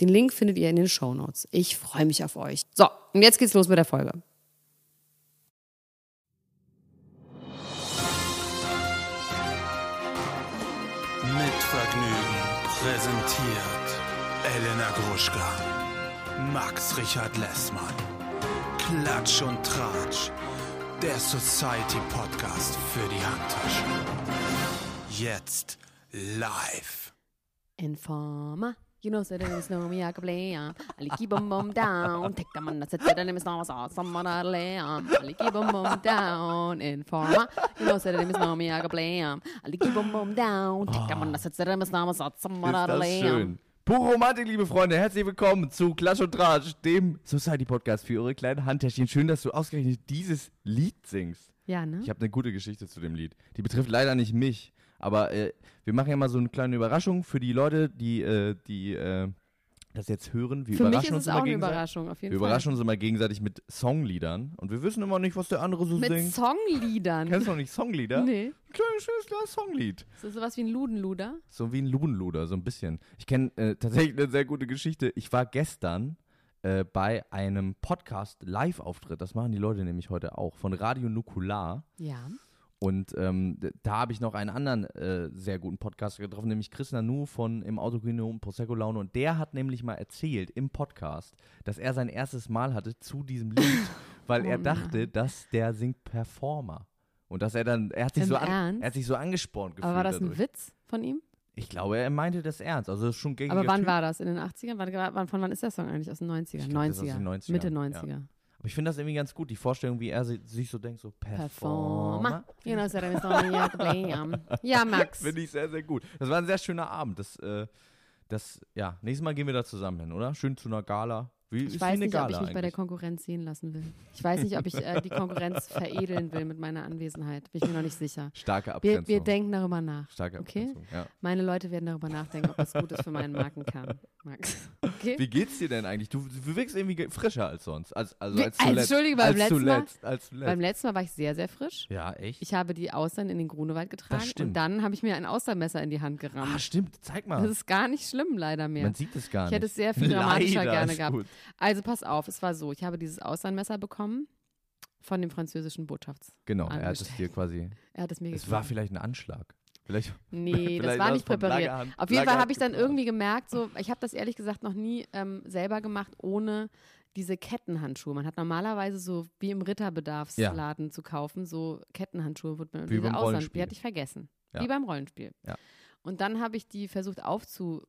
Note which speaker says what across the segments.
Speaker 1: Den Link findet ihr in den Shownotes. Ich freue mich auf euch. So, und jetzt geht's los mit der Folge.
Speaker 2: Mit Vergnügen präsentiert Elena Gruschka, Max Richard Lessmann, Klatsch und Tratsch, der Society Podcast für die Handtasche. Jetzt live.
Speaker 1: Informer. You know, so there is no me, I can play. um. I like keep 'em bum down. Take them on the set, there is no sauce, some other lay. um. I like keep 'em bum down. Informer. You know, so there is no me, I can play. um. I like keep 'em bum down. Take them on the set, there is no sauce, some
Speaker 3: Ist
Speaker 1: other
Speaker 3: das
Speaker 1: lay. um.
Speaker 3: schön. Pure Romantik, liebe Freunde. Herzlich willkommen zu Klatsch und Tratsch, dem Society-Podcast für eure kleinen Handtäschchen. Schön, dass du ausgerechnet dieses Lied singst.
Speaker 1: Ja, ne?
Speaker 3: Ich habe eine gute Geschichte zu dem Lied. Die betrifft leider nicht mich, aber äh, wir machen ja mal so eine kleine Überraschung für die Leute, die, äh, die äh, das jetzt hören. Wir
Speaker 1: Für mich
Speaker 3: überraschen
Speaker 1: ist
Speaker 3: uns
Speaker 1: es
Speaker 3: immer
Speaker 1: auch eine
Speaker 3: gegenseitig.
Speaker 1: Überraschung, auf jeden
Speaker 3: Wir überraschen uns immer gegenseitig mit Songliedern und wir wissen immer nicht, was der andere so
Speaker 1: Fall. Mit
Speaker 3: singt.
Speaker 1: Songliedern.
Speaker 3: Kennst du noch nicht Songlieder?
Speaker 1: Nee.
Speaker 3: Ein kleines, schönes kleines Songlied.
Speaker 1: Ist das sowas wie ein Ludenluder?
Speaker 3: So wie ein Ludenluder, so ein bisschen. Ich kenne äh, tatsächlich eine sehr gute Geschichte. Ich war gestern äh, bei einem Podcast-Live-Auftritt. Das machen die Leute nämlich heute auch. Von Radio Nukular.
Speaker 1: Ja.
Speaker 3: Und ähm, d- da habe ich noch einen anderen äh, sehr guten Podcaster getroffen, nämlich Chris Nanu von Im Autokino Prosecco Laune. Und der hat nämlich mal erzählt im Podcast, dass er sein erstes Mal hatte zu diesem Lied, weil er
Speaker 1: Oh
Speaker 3: dachte, dass der singt Performer. Und dass er dann, er hat sich,
Speaker 1: Im
Speaker 3: so, an,
Speaker 1: Ernst?
Speaker 3: er hat sich so angespornt gefühlt. also
Speaker 1: Aber war das ein
Speaker 3: dadurch.
Speaker 1: Witz von ihm?
Speaker 3: Ich glaube, er meinte das ernst. Also das ist schon ein gängiger
Speaker 1: Aber wann
Speaker 3: typ.
Speaker 1: war das? In den 80ern? Wann, wann, von wann ist der Song eigentlich? Aus den 90ern?
Speaker 3: Ich glaub, das ist aus
Speaker 1: 90er.
Speaker 3: den 90ern,
Speaker 1: Mitte
Speaker 3: ja.
Speaker 1: 90er.
Speaker 3: Aber ich finde das irgendwie ganz gut, die Vorstellung, wie er si- sich so denkt, so
Speaker 1: Performer.
Speaker 3: Performer.
Speaker 1: You know, so there is no me, I can play. um. Ja, Max.
Speaker 3: Finde ich sehr, sehr gut. Das war ein sehr schöner Abend. Das, äh, das, ja, nächstes Mal gehen wir da zusammen hin, oder? Schön zu einer Gala. Wie,
Speaker 1: Ich
Speaker 3: ist wie
Speaker 1: weiß
Speaker 3: eine
Speaker 1: nicht,
Speaker 3: Gala
Speaker 1: ob ich mich bei der
Speaker 3: eigentlich?
Speaker 1: Konkurrenz sehen lassen will. Ich weiß nicht, ob ich äh, die Konkurrenz veredeln will mit meiner Anwesenheit. Bin ich mir noch nicht sicher.
Speaker 3: Starke
Speaker 1: Wir,
Speaker 3: Abgrenzung.
Speaker 1: wir denken darüber nach.
Speaker 3: Starke
Speaker 1: okay?
Speaker 3: Abgrenzung, ja.
Speaker 1: Meine Leute werden darüber nachdenken, ob das gut ist für meinen Markenkern, Max. Okay?
Speaker 3: Wie geht's dir denn eigentlich? Du, du wirkst irgendwie ge- frischer als sonst. Als, also
Speaker 1: Wie-
Speaker 3: als zuletzt.
Speaker 1: Entschuldige, beim
Speaker 3: als
Speaker 1: letzten Mal-
Speaker 3: zuletzt, Als zuletzt.
Speaker 1: Beim letzten Mal war ich sehr, sehr frisch.
Speaker 3: ja, echt?
Speaker 1: Ich habe die Austern in den Grunewald getragen und
Speaker 3: stimmt.
Speaker 1: dann habe ich mir ein Austernmesser in die Hand gerammt.
Speaker 3: ah, stimmt. Zeig mal.
Speaker 1: Das ist gar nicht schlimm, leider mehr.
Speaker 3: Man sieht es gar
Speaker 1: ich
Speaker 3: nicht.
Speaker 1: hätte es sehr viel dramatischer
Speaker 3: Leider,
Speaker 1: gerne
Speaker 3: ist
Speaker 1: gehabt.
Speaker 3: Gut.
Speaker 1: Also pass auf, es war so, ich habe dieses Austernmesser bekommen von dem französischen Botschafts.
Speaker 3: Genau, er hat es
Speaker 1: Angestellt.
Speaker 3: dir quasi
Speaker 1: Er hat es mir
Speaker 3: Es
Speaker 1: gegeben.
Speaker 3: war vielleicht ein Anschlag. Vielleicht
Speaker 1: nee, das war
Speaker 3: vielleicht war
Speaker 1: nicht
Speaker 3: es von
Speaker 1: präpariert.
Speaker 3: Lagerhand-
Speaker 1: auf jeden Fall
Speaker 3: Lagerhand
Speaker 1: habe ich dann
Speaker 3: geplant.
Speaker 1: irgendwie gemerkt, so, ich habe das ehrlich gesagt noch nie ähm, selber gemacht, ohne diese Kettenhandschuhe. Man hat normalerweise so wie im Ritterbedarfsladen zu kaufen, so Kettenhandschuhe wird man
Speaker 3: Wie
Speaker 1: diese
Speaker 3: beim
Speaker 1: Austern- Die
Speaker 3: Rollenspiel.
Speaker 1: hatte ich vergessen.
Speaker 3: Ja.
Speaker 1: Wie beim Rollenspiel.
Speaker 3: Ja.
Speaker 1: Und dann habe ich die versucht aufzumachen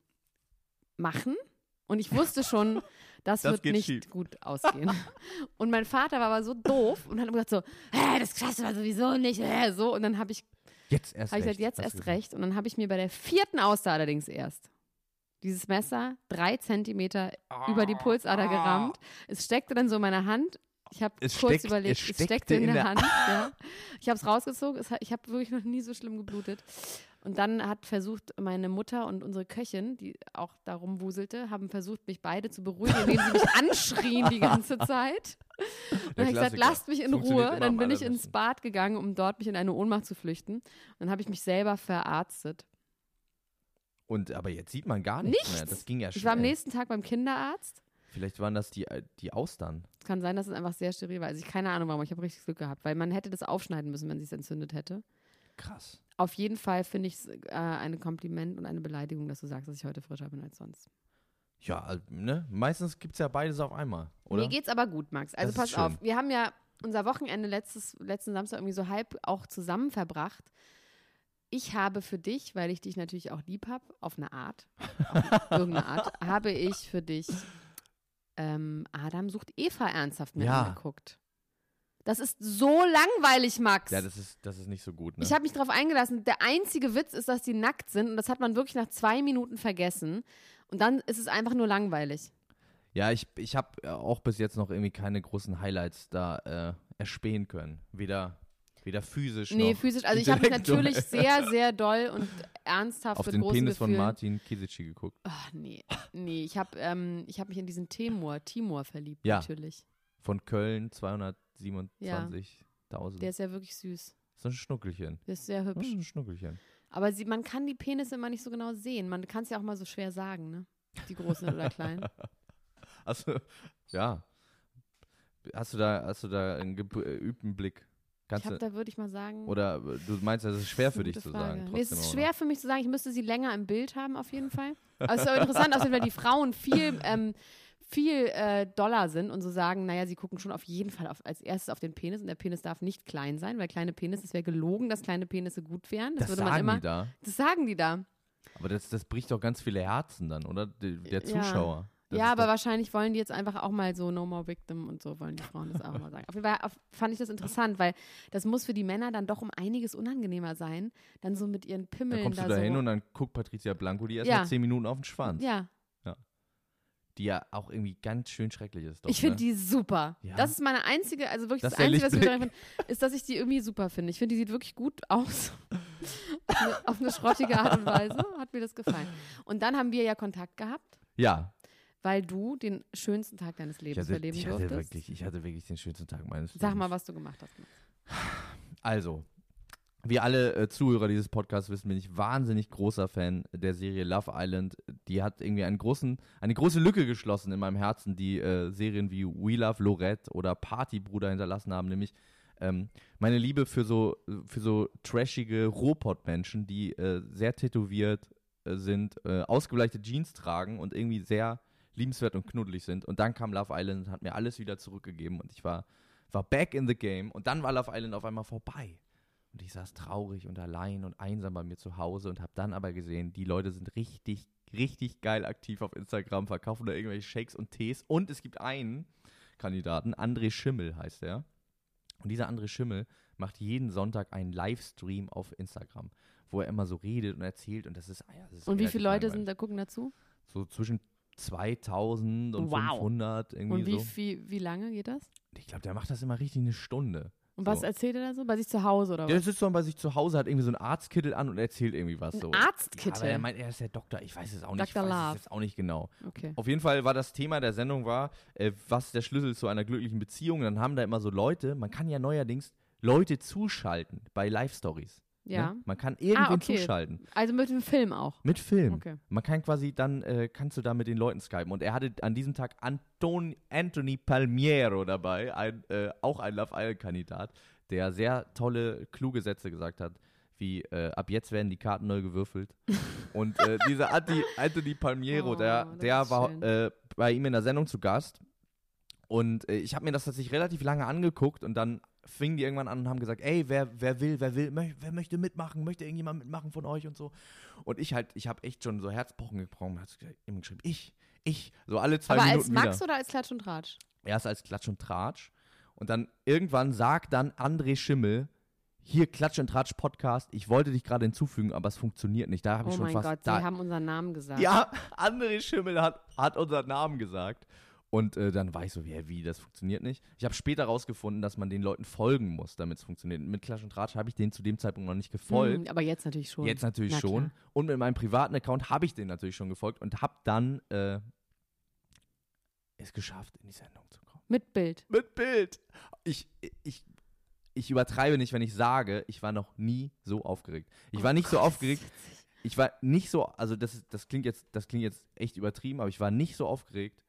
Speaker 1: und ich wusste schon, das,
Speaker 3: Das
Speaker 1: wird
Speaker 3: geht
Speaker 1: nicht
Speaker 3: schief.
Speaker 1: gut ausgehen. Und mein Vater war aber so doof und hat immer gesagt so, "Hä, das schaffst du aber sowieso nicht, hä, so. Und dann habe ich,
Speaker 3: jetzt erst
Speaker 1: hab ich
Speaker 3: recht.
Speaker 1: gesagt, jetzt
Speaker 3: hast du
Speaker 1: erst
Speaker 3: gesagt.
Speaker 1: recht. Und dann habe ich mir bei der vierten Auster allerdings erst dieses Messer drei Zentimeter über
Speaker 3: Ah.
Speaker 1: die Pulsader gerammt. Es steckte dann so in meiner Hand. Ich habe kurz
Speaker 3: Es steckt-
Speaker 1: überlegt,
Speaker 3: es
Speaker 1: es
Speaker 3: steckte
Speaker 1: steckte in,
Speaker 3: in
Speaker 1: der
Speaker 3: der-
Speaker 1: Hand. ja. Ich habe es rausgezogen, es, hat- ich habe wirklich noch nie so schlimm geblutet. Und dann hat versucht, meine Mutter und unsere Köchin, die auch darum wuselte, haben versucht, mich beide zu beruhigen, indem sie mich anschrien die ganze Zeit. Und dann habe
Speaker 3: Der
Speaker 1: ich gesagt,
Speaker 3: Klassiker.
Speaker 1: lasst mich in
Speaker 3: Funktioniert
Speaker 1: Ruhe.
Speaker 3: immer
Speaker 1: Dann
Speaker 3: am
Speaker 1: bin ich ins
Speaker 3: allerbesten.
Speaker 1: Bad gegangen, um dort mich in eine Ohnmacht zu flüchten. Und dann habe ich mich selber verarztet.
Speaker 3: Und aber jetzt sieht man gar nichts, mehr.
Speaker 1: Nichts.
Speaker 3: Das ging ja
Speaker 1: Ich war am
Speaker 3: schnell.
Speaker 1: nächsten Tag beim Kinderarzt.
Speaker 3: Vielleicht waren das die, äh, die Austern.
Speaker 1: Es kann sein, dass es einfach sehr steril war. Also ich keine Ahnung warum, aber ich habe richtig Glück gehabt, weil man hätte das aufschneiden müssen, wenn sie es entzündet hätte.
Speaker 3: Krass.
Speaker 1: Auf jeden Fall finde ich es äh, ein Kompliment und eine Beleidigung, dass du sagst, dass ich heute frischer bin als sonst.
Speaker 3: Ja, also, ne? Meistens gibt es ja beides auf einmal, oder?
Speaker 1: Mir geht's aber gut, Max. Also
Speaker 3: ist
Speaker 1: pass
Speaker 3: schön.
Speaker 1: auf, wir haben ja unser Wochenende letztes, letzten Samstag irgendwie so halb auch zusammen verbracht. Ich habe für dich, weil ich dich natürlich auch lieb habe, auf eine Art, auf irgendeine Art, habe ich für dich ähm, Adam sucht Eva ernsthaft mit
Speaker 3: Ja.
Speaker 1: angeguckt. Das ist so langweilig, Max.
Speaker 3: Ja, das ist, das ist nicht so gut. Ne?
Speaker 1: Ich habe mich darauf eingelassen. Der einzige Witz ist, dass die nackt sind und das hat man wirklich nach zwei Minuten vergessen. Und dann ist es einfach nur langweilig.
Speaker 3: ja, ich, ich habe auch bis jetzt noch irgendwie keine großen Highlights da äh, erspähen können. Weder, weder physisch
Speaker 1: Nee,
Speaker 3: noch
Speaker 1: physisch. Also ich habe mich
Speaker 3: intellektuell.
Speaker 1: natürlich sehr, sehr doll und ernsthaft
Speaker 3: auf
Speaker 1: mit
Speaker 3: den
Speaker 1: großen
Speaker 3: Penis von
Speaker 1: Gefühlen.
Speaker 3: Martin Kisici geguckt.
Speaker 1: Ach, nee, nee. Ich habe ähm, ich hab mich in diesen Timur, Timur verliebt,
Speaker 3: Ja.
Speaker 1: natürlich.
Speaker 3: Von Köln 227.000.
Speaker 1: Der ist ja wirklich süß.
Speaker 3: So ein Schnuckelchen.
Speaker 1: Der ist sehr
Speaker 3: Das
Speaker 1: hübsch.
Speaker 3: ist ein Schnuckelchen.
Speaker 1: Aber sie, man kann die Penisse immer nicht so genau sehen. Man kann es ja auch mal so schwer sagen, ne? Die großen oder kleinen.
Speaker 3: Also, ja. Hast du da, hast du da einen geübten Blick?
Speaker 1: Ich
Speaker 3: Kannst
Speaker 1: hab,
Speaker 3: du,
Speaker 1: da würde ich mal sagen.
Speaker 3: oder äh, du meinst, das ist schwer für
Speaker 1: Gute
Speaker 3: dich zu
Speaker 1: Frage.
Speaker 3: sagen. Trotzdem,
Speaker 1: Nee, es ist
Speaker 3: oder?
Speaker 1: schwer für mich zu sagen, ich müsste sie länger im Bild haben, auf jeden Fall. Aber es ist aber interessant, außerdem, weil die Frauen viel, ähm, viel äh, doller sind und so sagen, naja, sie gucken schon auf jeden Fall auf, als erstes auf den Penis und der Penis darf nicht klein sein, weil kleine Penisse, es wäre gelogen, dass kleine Penisse gut wären. Das,
Speaker 3: Das
Speaker 1: würde
Speaker 3: sagen
Speaker 1: man immer.
Speaker 3: die da.
Speaker 1: Das sagen die da.
Speaker 3: Aber das, das bricht doch ganz viele Herzen dann, oder? Der, der
Speaker 1: Ja.
Speaker 3: Zuschauer. Das
Speaker 1: ja,
Speaker 3: ist
Speaker 1: aber
Speaker 3: doch,
Speaker 1: wahrscheinlich wollen die jetzt einfach auch mal so No More Victim und so wollen die Frauen das auch mal sagen. Auf jeden Fall auf- fand ich das interessant, weil das muss für die Männer dann doch um einiges unangenehmer sein, dann so mit ihren Pimmeln
Speaker 3: Dann kommst
Speaker 1: da
Speaker 3: du da
Speaker 1: so.
Speaker 3: hin und dann guckt Patricia Blanco die erst
Speaker 1: Ja.
Speaker 3: mal zehn Minuten auf den Schwanz.
Speaker 1: ja,
Speaker 3: Die ja auch irgendwie ganz schön schrecklich ist. Doch,
Speaker 1: Ich finde
Speaker 3: ne?
Speaker 1: die super.
Speaker 3: Ja.
Speaker 1: Das ist meine einzige, also wirklich das,
Speaker 3: Das ist der
Speaker 1: Einzige, was ich daran
Speaker 3: Lichtblick.
Speaker 1: finde, ist, dass ich die irgendwie super finde. Ich finde, die sieht wirklich gut aus. auf, eine, auf eine schrottige Art und Weise hat mir das gefallen. Und dann haben wir ja Kontakt gehabt,
Speaker 3: Ja.
Speaker 1: weil du den schönsten Tag deines
Speaker 3: Ich
Speaker 1: Lebens
Speaker 3: hatte,
Speaker 1: erleben
Speaker 3: ich, hatte
Speaker 1: durftest.
Speaker 3: wirklich, ich hatte wirklich den schönsten Tag meines
Speaker 1: Sag
Speaker 3: Lebens.
Speaker 1: mal, was du gemacht hast.
Speaker 3: Also, wir alle äh, Zuhörer dieses Podcasts wissen, bin ich wahnsinnig großer Fan der Serie Love Island. Die hat irgendwie einen großen, eine große Lücke geschlossen in meinem Herzen, die äh, Serien wie We Love Lorette oder Partybruder hinterlassen haben, nämlich ähm, meine Liebe für so, für so trashige Robot-Menschen, die äh, sehr tätowiert äh, sind, äh, ausgebleichte Jeans tragen und irgendwie sehr liebenswert und knuddelig sind. Und dann kam Love Island und hat mir alles wieder zurückgegeben und ich war, war back in the game und dann war Love Island auf einmal vorbei. Und ich saß traurig und allein und einsam bei mir zu Hause und habe dann aber gesehen, die Leute sind richtig, richtig geil aktiv auf Instagram, verkaufen da irgendwelche Shakes und Tees. Und es gibt einen Kandidaten, André Schimmel heißt er. Und dieser André Schimmel macht jeden Sonntag einen Livestream auf Instagram, wo er immer so redet und erzählt. Und das ist, ah ja, das ist
Speaker 1: Und wie
Speaker 3: relativ
Speaker 1: viele Leute
Speaker 3: langweilig.
Speaker 1: sind da gucken dazu?
Speaker 3: So zwischen 2000 und
Speaker 1: Wow.
Speaker 3: 500 irgendwie
Speaker 1: Und wie,
Speaker 3: so.
Speaker 1: wie, wie lange geht das?
Speaker 3: Ich glaube, der macht das immer richtig eine Stunde.
Speaker 1: Und was
Speaker 3: so.
Speaker 1: erzählt er da so? Bei sich zu Hause oder was?
Speaker 3: Der sitzt dann bei sich zu Hause, hat irgendwie so einen Arztkittel an und erzählt irgendwie was. so.
Speaker 1: Arztkittel?
Speaker 3: Ja, aber er meint, er ist der Doktor. Ich weiß es auch nicht.
Speaker 1: Dr.
Speaker 3: Ich weiß
Speaker 1: Love.
Speaker 3: es jetzt auch nicht genau.
Speaker 1: Okay.
Speaker 3: Auf jeden Fall war das Thema der Sendung war, äh, was der Schlüssel zu einer glücklichen Beziehung. Dann haben da immer so Leute, man kann ja neuerdings Leute zuschalten bei Live-Stories.
Speaker 1: Ja.
Speaker 3: Ne? Man kann irgendwen
Speaker 1: Ah, okay.
Speaker 3: zuschalten.
Speaker 1: Also mit dem Film auch.
Speaker 3: Mit Film.
Speaker 1: Okay.
Speaker 3: Man kann quasi dann, äh, kannst du da mit den Leuten skypen. Und er hatte an diesem Tag Anton, Anthony Palmiero dabei, ein, äh, auch ein Love Island-Kandidat, der sehr tolle, kluge Sätze gesagt hat, wie äh, ab jetzt werden die Karten neu gewürfelt. Und äh, dieser Anti, Anthony Palmiero,
Speaker 1: Oh,
Speaker 3: der,
Speaker 1: das
Speaker 3: der
Speaker 1: ist schön.
Speaker 3: war äh, bei ihm in der Sendung zu Gast. Und äh, ich habe mir das tatsächlich relativ lange angeguckt und dann fingen die irgendwann an und haben gesagt, ey, wer, wer will, wer will, möch, wer möchte mitmachen, möchte irgendjemand mitmachen von euch und so. Und ich halt, ich habe echt schon so Herzpochen gebrochen und hat ihm geschrieben, ich, ich, so alle zwei
Speaker 1: Aber
Speaker 3: Minuten
Speaker 1: als Max
Speaker 3: wieder.
Speaker 1: oder als Klatsch und Tratsch?
Speaker 3: Erst als Klatsch und Tratsch und dann irgendwann sagt dann André Schimmel, hier Klatsch und Tratsch Podcast, ich wollte dich gerade hinzufügen, aber es funktioniert nicht. Da habe ich
Speaker 1: Oh
Speaker 3: schon
Speaker 1: mein
Speaker 3: fast
Speaker 1: Gott, sie
Speaker 3: da,
Speaker 1: haben unseren Namen gesagt.
Speaker 3: ja, André Schimmel hat, hat unseren Namen gesagt. Und äh, dann war ich so, wie, wie, das funktioniert nicht. Ich habe später rausgefunden, dass man den Leuten folgen muss, damit es funktioniert. Mit Klatsch und Tratsch habe ich den zu dem Zeitpunkt noch nicht gefolgt.
Speaker 1: Hm, aber jetzt natürlich schon.
Speaker 3: Jetzt natürlich
Speaker 1: Na
Speaker 3: schon.
Speaker 1: klar.
Speaker 3: Und mit meinem privaten Account habe ich den natürlich schon gefolgt und habe dann äh, es geschafft, in die Sendung zu kommen.
Speaker 1: Mit Bild.
Speaker 3: Mit Bild. Ich, ich, ich übertreibe nicht, wenn ich sage, ich war noch nie so aufgeregt. Ich
Speaker 1: Oh
Speaker 3: war nicht so aufgeregt. Ich war nicht so, also das, ist- das klingt jetzt, das klingt jetzt echt übertrieben, aber ich war nicht so aufgeregt,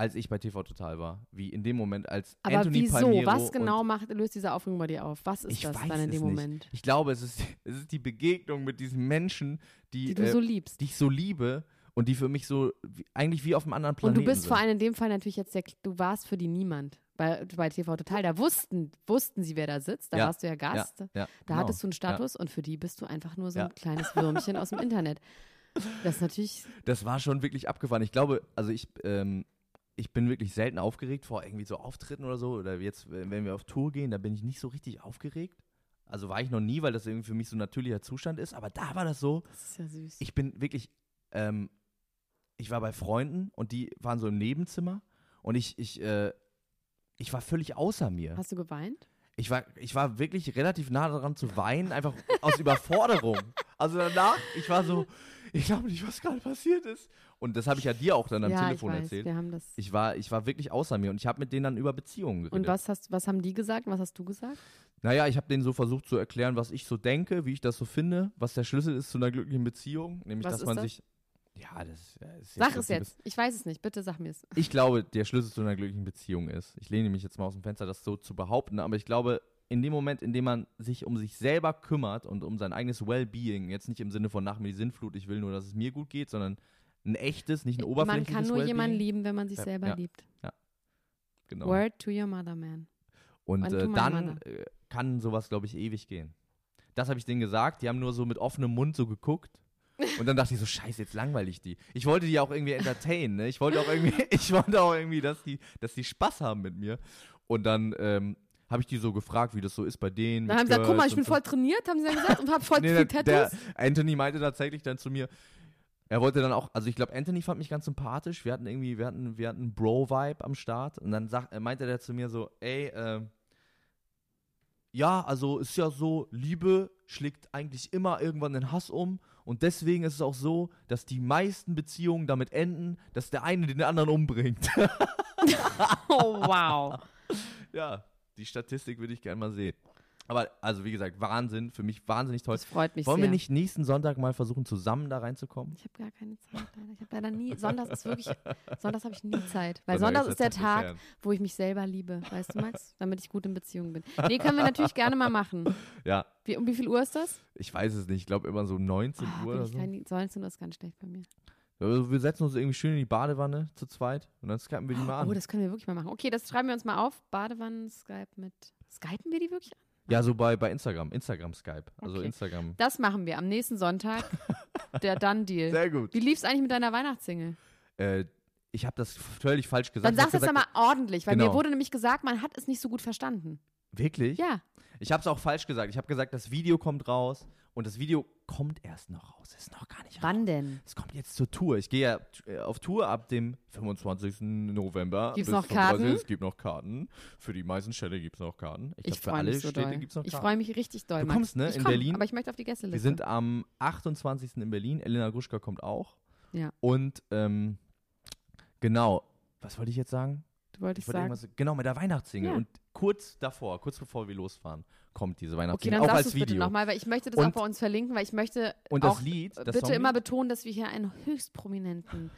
Speaker 3: als ich bei TV Total war, wie in dem Moment, als
Speaker 1: Aber
Speaker 3: Anthony
Speaker 1: wieso?
Speaker 3: Palmiero
Speaker 1: Was genau
Speaker 3: und
Speaker 1: macht, löst diese Aufregung bei dir auf? Was ist
Speaker 3: ich
Speaker 1: das
Speaker 3: weiß
Speaker 1: dann in dem
Speaker 3: es nicht.
Speaker 1: Moment,
Speaker 3: Ich glaube, es ist, es ist die Begegnung mit diesen Menschen, die,
Speaker 1: die du
Speaker 3: äh,
Speaker 1: so liebst?
Speaker 3: die ich so liebe und die für mich so wie, eigentlich wie auf einem anderen
Speaker 1: Und
Speaker 3: Planeten
Speaker 1: du bist
Speaker 3: sind.
Speaker 1: vor allem in dem Fall natürlich jetzt der, du warst für die niemand. Bei, bei TV Total, da wussten, wussten sie, wer da sitzt, da
Speaker 3: Ja,
Speaker 1: warst du ja Gast,
Speaker 3: ja, ja,
Speaker 1: da
Speaker 3: genau.
Speaker 1: hattest du einen
Speaker 3: Ja.
Speaker 1: Status und für die bist du einfach nur so ein
Speaker 3: Ja.
Speaker 1: kleines Würmchen aus dem Internet. Das ist natürlich,
Speaker 3: Das war schon wirklich abgefahren. Ich glaube, also ich, ähm, ich bin wirklich selten aufgeregt vor irgendwie so Auftritten oder so. Oder jetzt, wenn wir auf Tour gehen, da bin ich nicht so richtig aufgeregt. Also war ich noch nie, weil das irgendwie für mich so ein natürlicher Zustand ist. Aber da war das so.
Speaker 1: Das ist ja süß.
Speaker 3: Ich bin wirklich, ähm, ich war bei Freunden und die waren so im Nebenzimmer und ich, ich, äh, ich war völlig außer mir.
Speaker 1: Hast du geweint?
Speaker 3: Ich war, ich war wirklich relativ nah daran zu weinen, einfach aus Überforderung. Also danach, ich war so, ich glaube nicht, was gerade passiert ist. Und das habe ich ja dir auch dann am
Speaker 1: ja,
Speaker 3: Telefon
Speaker 1: ich weiß,
Speaker 3: erzählt.
Speaker 1: wir haben das.
Speaker 3: Ich war, ich war wirklich außer mir und ich habe mit denen dann über Beziehungen geredet.
Speaker 1: Und was, hast, was haben die gesagt und was hast du gesagt?
Speaker 3: Naja, ich habe denen so versucht zu erklären, was ich so denke, wie ich das so finde, was der Schlüssel ist zu einer glücklichen Beziehung, nämlich
Speaker 1: Was
Speaker 3: dass
Speaker 1: ist
Speaker 3: man
Speaker 1: das?
Speaker 3: sich. Ja, das ist jetzt
Speaker 1: Sag
Speaker 3: das
Speaker 1: es
Speaker 3: ist ein
Speaker 1: jetzt. Ich weiß es nicht. Bitte sag mir es.
Speaker 3: bisschen- Ich glaube, der Schlüssel zu einer glücklichen Beziehung ist. Ich lehne mich jetzt mal aus dem Fenster, das so zu behaupten, aber ich glaube, in dem Moment, in dem man sich um sich selber kümmert und um sein eigenes Wellbeing, jetzt nicht im Sinne von nach mir die Sinnflut, ich will nur, dass es mir gut geht, sondern ein echtes, nicht ein
Speaker 1: Man
Speaker 3: oberflächliches
Speaker 1: kann nur
Speaker 3: Wellbeing.
Speaker 1: jemanden lieben, wenn man sich
Speaker 3: Ja,
Speaker 1: selber
Speaker 3: ja.
Speaker 1: liebt.
Speaker 3: Genau.
Speaker 1: Word to your mother, man.
Speaker 3: Und
Speaker 1: Und
Speaker 3: äh,
Speaker 1: tu mal
Speaker 3: dann äh, kann sowas, glaube ich, ewig gehen. Das habe ich denen gesagt. Die haben nur so mit offenem Mund so geguckt. Und dann dachte ich so, scheiße, jetzt langweile ich die. Ich wollte die auch irgendwie entertainen, ne? Ich wollte auch irgendwie, ich wollte auch irgendwie, dass die, dass die Spaß haben mit mir. Und dann ähm, habe ich die so gefragt, wie das so ist bei denen.
Speaker 1: Dann
Speaker 3: mit
Speaker 1: haben sie gesagt, guck mal,
Speaker 3: Girls
Speaker 1: ich bin
Speaker 3: und so.
Speaker 1: voll trainiert, haben sie dann gesagt, und hab voll
Speaker 3: äh, Nee,
Speaker 1: viel
Speaker 3: der,
Speaker 1: Tattoos.
Speaker 3: der Anthony meinte tatsächlich dann zu mir, er wollte dann auch, also ich glaube, Anthony fand mich ganz sympathisch. Wir hatten irgendwie, wir hatten, wir hatten einen Bro-Vibe am Start. Und dann sag, äh, meinte der zu mir so, ey, ähm, ja, also ist ja so, Liebe schlägt eigentlich immer irgendwann den Hass um. Und deswegen ist es auch so, dass die meisten Beziehungen damit enden, dass der eine den anderen umbringt.
Speaker 1: oh, wow.
Speaker 3: ja, die Statistik würde ich gerne mal sehen. Aber, also wie gesagt, Wahnsinn, für mich wahnsinnig toll.
Speaker 1: Das freut mich
Speaker 3: Wollen
Speaker 1: sehr.
Speaker 3: wir nicht nächsten Sonntag mal versuchen, zusammen da reinzukommen?
Speaker 1: Ich habe gar keine Zeit. Leider. Ich habe leider nie. Sonntags ist wirklich. Sonntags habe ich nie Zeit. Weil
Speaker 3: Sonntag
Speaker 1: Sonntags
Speaker 3: ist
Speaker 1: ist der
Speaker 3: der
Speaker 1: Tag,
Speaker 3: Tag
Speaker 1: wo ich mich selber liebe. Weißt du, Max? Damit ich gut in Beziehung bin. Nee, können wir natürlich gerne mal machen.
Speaker 3: Ja,
Speaker 1: Wie, um wie viel Uhr ist das?
Speaker 3: ich weiß es nicht. Ich glaube immer so 19
Speaker 1: Ah,
Speaker 3: Uhr
Speaker 1: bin
Speaker 3: oder
Speaker 1: ich
Speaker 3: so.
Speaker 1: kein- 19 Uhr ist ganz schlecht bei mir.
Speaker 3: Also wir setzen uns irgendwie schön in die Badewanne zu zweit und dann skypen wir die mal an.
Speaker 1: Oh, das können wir wirklich mal machen. Okay, das schreiben wir uns mal auf. Badewannen, Skype mit. Skypen wir die wirklich an?
Speaker 3: ja, so bei, bei Instagram. Instagram-Skype. Also
Speaker 1: Okay.
Speaker 3: Instagram.
Speaker 1: Das machen wir am nächsten Sonntag. Der Done-Deal.
Speaker 3: Sehr gut.
Speaker 1: Wie lief's eigentlich mit deiner Weihnachtssingle?
Speaker 3: Äh, ich habe das völlig falsch gesagt.
Speaker 1: Dann
Speaker 3: Ich hab
Speaker 1: sag's jetzt
Speaker 3: gesagt,
Speaker 1: einmal ordentlich, weil mir
Speaker 3: Genau.
Speaker 1: wurde nämlich gesagt, man hat es nicht so gut verstanden.
Speaker 3: Wirklich?
Speaker 1: Ja.
Speaker 3: Ich habe es auch falsch gesagt. Ich habe gesagt, das Video kommt raus und das Video kommt erst noch raus. Ist noch gar nicht raus.
Speaker 1: Wann denn?
Speaker 3: Es kommt jetzt zur Tour. Ich gehe ja äh, auf Tour ab dem 25. November.
Speaker 1: Gibt's
Speaker 3: bis
Speaker 1: noch
Speaker 3: zum
Speaker 1: Karten?
Speaker 3: 30. Es gibt noch Karten. Für die meisten Städte gibt es noch Karten. Ich,
Speaker 1: Ich
Speaker 3: glaube, für
Speaker 1: freue
Speaker 3: alle
Speaker 1: mich so
Speaker 3: Städte
Speaker 1: doll.
Speaker 3: gibt es noch
Speaker 1: Ich
Speaker 3: Karten.
Speaker 1: freue mich richtig doll.
Speaker 3: Du
Speaker 1: Max.
Speaker 3: kommst, ne,
Speaker 1: Ich
Speaker 3: in
Speaker 1: komm,
Speaker 3: Berlin?
Speaker 1: Aber ich möchte auf die Gästeliste.
Speaker 3: Wir sind am 28. in Berlin. Elena Gruschka kommt auch.
Speaker 1: Ja.
Speaker 3: Und ähm, genau, was wollte ich jetzt sagen?
Speaker 1: du wolltest
Speaker 3: Ich wollte
Speaker 1: sagen.
Speaker 3: irgendwas, genau, mit der Weihnachtssingle.
Speaker 1: Ja.
Speaker 3: Und kurz davor, kurz bevor wir losfahren, kommt diese
Speaker 1: Okay,
Speaker 3: Weihnachtssingle.
Speaker 1: dann
Speaker 3: auch
Speaker 1: sagst du
Speaker 3: als
Speaker 1: es bitte
Speaker 3: Video.
Speaker 1: nochmal, weil ich möchte das
Speaker 3: Und-
Speaker 1: auch bei uns verlinken, weil ich möchte
Speaker 3: Und
Speaker 1: auch äh,
Speaker 3: das Lied, das
Speaker 1: bitte
Speaker 3: Song
Speaker 1: immer betonen, dass wir hier einen höchst prominenten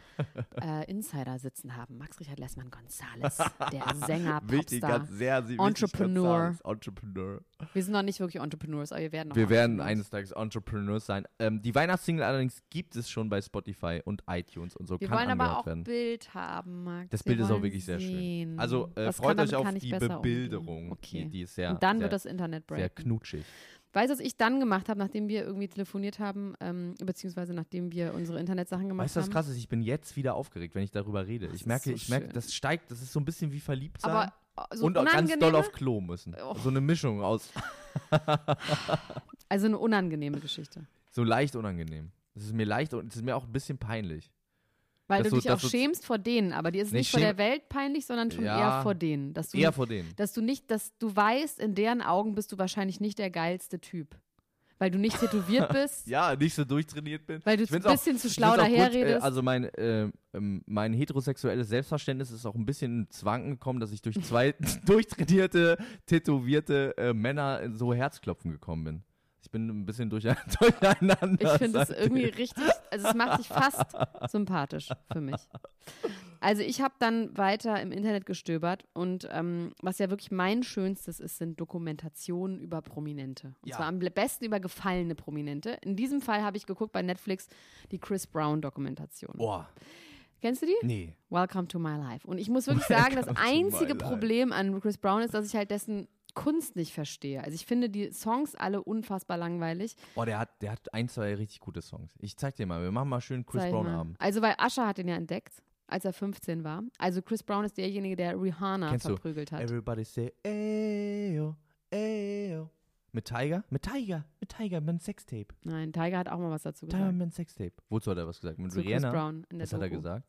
Speaker 1: äh, Insider sitzen haben. Max-Richard Lessmann Gonzales, der Sänger,
Speaker 3: Wichtig,
Speaker 1: Popstar.
Speaker 3: ganz sehr, sehr wichtig, ganz
Speaker 1: Entrepreneur.
Speaker 3: sagen, Entrepreneur.
Speaker 1: Wir sind noch nicht wirklich Entrepreneurs, aber wir werden noch
Speaker 3: Wir werden
Speaker 1: Entrepreneurs.
Speaker 3: eines Tages Entrepreneurs sein. Ähm, die Weihnachtssingle allerdings gibt es schon bei Spotify und iTunes und so.
Speaker 1: Wir
Speaker 3: kann
Speaker 1: wollen
Speaker 3: angehört
Speaker 1: aber auch
Speaker 3: werden.
Speaker 1: Bild haben, Max.
Speaker 3: Das
Speaker 1: Wir
Speaker 3: Bild ist auch
Speaker 1: wollen
Speaker 3: wirklich sehr
Speaker 1: sehen.
Speaker 3: schön. Also äh,
Speaker 1: Was
Speaker 3: freut
Speaker 1: kann-
Speaker 3: euch
Speaker 1: damit
Speaker 3: auf
Speaker 1: kann ich
Speaker 3: die
Speaker 1: besser umgehen.
Speaker 3: Bebilderung.
Speaker 1: Okay.
Speaker 3: Die, die ist sehr,
Speaker 1: Und dann
Speaker 3: sehr,
Speaker 1: wird das Internet
Speaker 3: sehr
Speaker 1: breaken.
Speaker 3: knutschig.
Speaker 1: Weißt du, was ich dann gemacht habe, nachdem wir irgendwie telefoniert haben, ähm, beziehungsweise nachdem wir unsere Internetsachen gemacht
Speaker 3: Weißt du, was
Speaker 1: haben?
Speaker 3: krass ist? Ich bin jetzt wieder aufgeregt, wenn ich darüber rede.
Speaker 1: Das
Speaker 3: Ich merke,
Speaker 1: ist so
Speaker 3: ich merke,
Speaker 1: schön.
Speaker 3: das steigt, das ist so ein bisschen wie verliebt sein.
Speaker 1: Aber äh, so
Speaker 3: und auch ganz doll
Speaker 1: unangenehme,
Speaker 3: auf Klo müssen.
Speaker 1: Oh.
Speaker 3: So eine Mischung aus,
Speaker 1: also eine unangenehme Geschichte.
Speaker 3: so leicht unangenehm. Das ist mir leicht und es ist mir auch ein bisschen peinlich.
Speaker 1: Weil
Speaker 3: Dass
Speaker 1: du
Speaker 3: du-
Speaker 1: dich auch
Speaker 3: dass du-
Speaker 1: schämst vor denen, aber dir ist es
Speaker 3: Nee,
Speaker 1: nicht vor
Speaker 3: schäm-
Speaker 1: der Welt peinlich, sondern schon
Speaker 3: Ja.
Speaker 1: eher vor denen. Dass du,
Speaker 3: Eher vor denen.
Speaker 1: dass du nicht, dass du weißt, in deren Augen bist du wahrscheinlich nicht der geilste Typ. Weil du nicht tätowiert bist,
Speaker 3: Ja, nicht so durchtrainiert bin.
Speaker 1: weil du
Speaker 3: Ich
Speaker 1: ein
Speaker 3: find's auch-
Speaker 1: bisschen zu
Speaker 3: ich
Speaker 1: schlau
Speaker 3: find's auch gut, Äh,
Speaker 1: daherredest.
Speaker 3: also mein, äh, ähm, mein heterosexuelles Selbstverständnis ist auch ein bisschen in Zwanken gekommen, dass ich durch zwei durchtrainierte, tätowierte äh, Männer in so Herzklopfen gekommen bin. Ich bin ein bisschen durch, durcheinander.
Speaker 1: Ich finde es
Speaker 3: seitdem.
Speaker 1: irgendwie richtig, also es macht dich fast sympathisch für mich. Also ich habe dann weiter im Internet gestöbert und ähm, was ja wirklich mein Schönstes ist, sind Dokumentationen über Prominente. Und
Speaker 3: Ja.
Speaker 1: zwar am besten über gefallene Prominente. In diesem Fall habe ich geguckt bei Netflix die Chris Brown-Dokumentation.
Speaker 3: Boah,
Speaker 1: Kennst du die?
Speaker 3: nee.
Speaker 1: Welcome to my life. Und ich muss wirklich sagen, das
Speaker 3: Welcome to my
Speaker 1: einzige
Speaker 3: life.
Speaker 1: Problem an Chris Brown ist, dass ich halt dessen Kunst nicht verstehe. Also ich finde die Songs alle unfassbar langweilig.
Speaker 3: Oh, der hat, der hat ein, zwei richtig gute Songs. Ich zeig dir mal, wir machen mal schön Chris
Speaker 1: Sag ich
Speaker 3: Brown
Speaker 1: mal.
Speaker 3: Abend.
Speaker 1: Also weil Ascher hat ihn ja entdeckt. als er 15 war. Also Chris Brown ist derjenige, der Rihanna
Speaker 3: Kennst du?
Speaker 1: verprügelt hat.
Speaker 3: Everybody say, eyo, eyo. Mit Tiger? Mit Tiger, mit Tiger, mit einem Sextape.
Speaker 1: Nein, Tiger hat auch mal was dazu
Speaker 3: Tiger
Speaker 1: gesagt.
Speaker 3: mit einem Sextape. Wozu hat er was gesagt? Mit
Speaker 1: Zu Chris
Speaker 3: Rihanna?
Speaker 1: Brown in der
Speaker 3: Was hat er
Speaker 1: Doku.
Speaker 3: gesagt?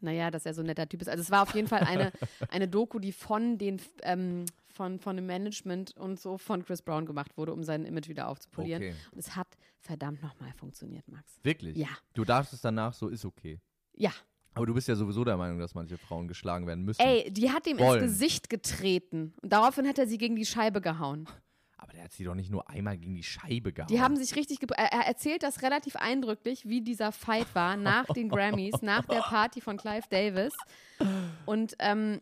Speaker 1: Naja, dass er so ein netter Typ ist. Also es war auf jeden Fall eine, eine Doku, die von den ähm, von, von dem Management und so von Chris Brown gemacht wurde, um sein Image wieder aufzupolieren.
Speaker 3: Okay.
Speaker 1: Und es hat verdammt nochmal funktioniert, Max.
Speaker 3: Wirklich?
Speaker 1: Ja.
Speaker 3: Du darfst es danach, so ist okay.
Speaker 1: Ja.
Speaker 3: Aber du bist ja sowieso der Meinung, dass manche Frauen geschlagen werden müssen.
Speaker 1: Ey, die hat ihm
Speaker 3: Wollen.
Speaker 1: ins Gesicht getreten. Und daraufhin hat er sie gegen die Scheibe gehauen.
Speaker 3: Aber der hat sie doch nicht nur einmal gegen die Scheibe gehauen.
Speaker 1: Die haben sich richtig. gebr- Er er erzählt das relativ eindrücklich, wie dieser Fight war nach den Grammys, nach der Party von Clive Davis. Und ähm,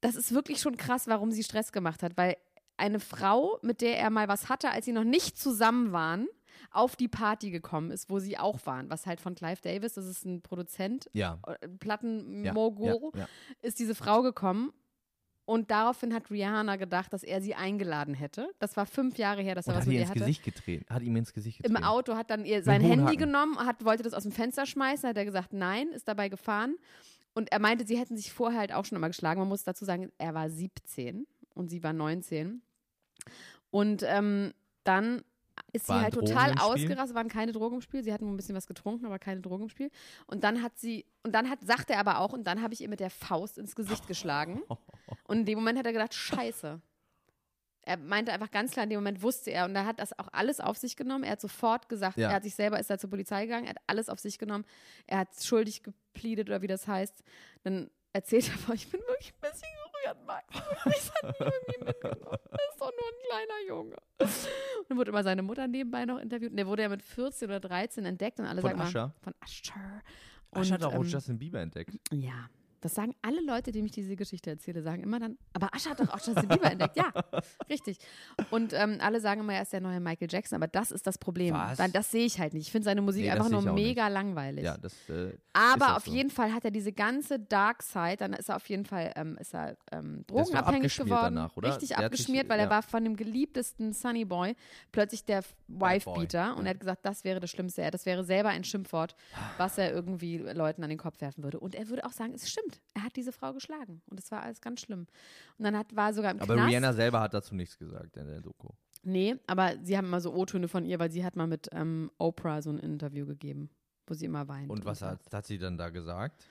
Speaker 1: das ist wirklich schon krass, warum sie Stress gemacht hat, weil eine Frau, mit der er mal was hatte, als sie noch nicht zusammen waren, auf die Party gekommen ist, wo sie auch waren, was halt von Clive Davis, das ist ein Produzent,
Speaker 3: ja.
Speaker 1: äh,
Speaker 3: Ja,
Speaker 1: Plattenmogul,
Speaker 3: ja, ja.
Speaker 1: ist diese Frau gekommen und daraufhin hat Rihanna gedacht, dass er sie eingeladen hätte. Das war fünf Jahre her, dass er
Speaker 3: Und
Speaker 1: was
Speaker 3: hat
Speaker 1: mit
Speaker 3: ihr
Speaker 1: ihr
Speaker 3: ins
Speaker 1: hatte.
Speaker 3: Gesicht getreten. Hat ihm ins Gesicht getreten.
Speaker 1: Im Auto hat dann ihr sein Handy
Speaker 3: Huhnhaken.
Speaker 1: genommen, hat, wollte das aus dem Fenster schmeißen, hat er gesagt, nein, ist dabei gefahren. Und er meinte, sie hätten sich vorher halt auch schon immer geschlagen. Man muss dazu sagen, er war 17 und sie war 19. Und ähm, dann ist
Speaker 3: Waren
Speaker 1: sie halt
Speaker 3: Drogen
Speaker 1: total
Speaker 3: im Spiel?
Speaker 1: ausgerastet, waren keine Drogen im Spiel. Sie hatten ein bisschen was getrunken, aber keine Drogen im Spiel. Und dann hat sie, und dann hat, sagte er aber auch, und dann habe ich ihr mit der Faust ins Gesicht geschlagen. Und in dem Moment hat er gedacht, scheiße. Er meinte einfach ganz klar, in dem Moment wusste er und er hat das auch alles auf sich genommen. Er hat sofort gesagt,
Speaker 3: Ja.
Speaker 1: er hat sich selber, ist da zur Polizei gegangen, er hat alles auf sich genommen. Er hat schuldig gepleadet oder wie das heißt. Dann erzählt er, ich bin wirklich ein bisschen gerührt, Max. Ich hat nie mit mir mitgenommen. Das ist doch nur ein kleiner Junge. Und dann wurde immer seine Mutter nebenbei noch interviewt. Und der wurde ja mit 14 oder 13 entdeckt und alle
Speaker 3: Von
Speaker 1: sagen mal,
Speaker 3: Usher?
Speaker 1: von Usher.
Speaker 3: Und, Asch hat
Speaker 1: Und,
Speaker 3: auch
Speaker 1: ähm,
Speaker 3: Justin Bieber entdeckt.
Speaker 1: ja. Das sagen alle Leute, die mich diese Geschichte erzähle, sagen immer dann, aber Asche hat doch auch Justin Bieber entdeckt. Ja, richtig. Und ähm, alle sagen immer, er ist der neue Michael Jackson, aber das ist das Problem.
Speaker 3: Was?
Speaker 1: Dann- Das sehe ich halt nicht. Ich finde seine Musik
Speaker 3: Nee, das
Speaker 1: einfach
Speaker 3: sehe ich
Speaker 1: nur
Speaker 3: auch
Speaker 1: mega langweilig.
Speaker 3: Ja, das äh, ist
Speaker 1: aber
Speaker 3: auch
Speaker 1: auf
Speaker 3: so.
Speaker 1: jeden Fall hat er diese ganze Dark Side, dann ist er auf jeden Fall ähm, ist er, ähm,
Speaker 3: ist doch
Speaker 1: drogenabhängig
Speaker 3: abgeschmiert
Speaker 1: geworden.
Speaker 3: danach, oder?
Speaker 1: Richtig
Speaker 3: Der hat sich-
Speaker 1: abgeschmiert, weil
Speaker 3: ja.
Speaker 1: er war von dem geliebtesten Sunny Boy plötzlich der
Speaker 3: Bad
Speaker 1: Wife-Beater
Speaker 3: Boy.
Speaker 1: und er hat gesagt, das wäre das Schlimmste. Er- Das wäre selber ein Schimpfwort, was er irgendwie Leuten an den Kopf werfen würde. Und er würde auch sagen, es stimmt, er hat diese Frau geschlagen und es war alles ganz schlimm. Und dann hat, war er sogar im
Speaker 3: Aber
Speaker 1: Knast.
Speaker 3: Rihanna selber hat dazu nichts gesagt in der Doku.
Speaker 1: Nee, aber sie haben immer so O-Töne von ihr, weil sie hat mal mit ähm, Oprah so ein Interview gegeben, wo sie immer weint.
Speaker 3: Und was
Speaker 1: so.
Speaker 3: hat, hat sie dann da gesagt?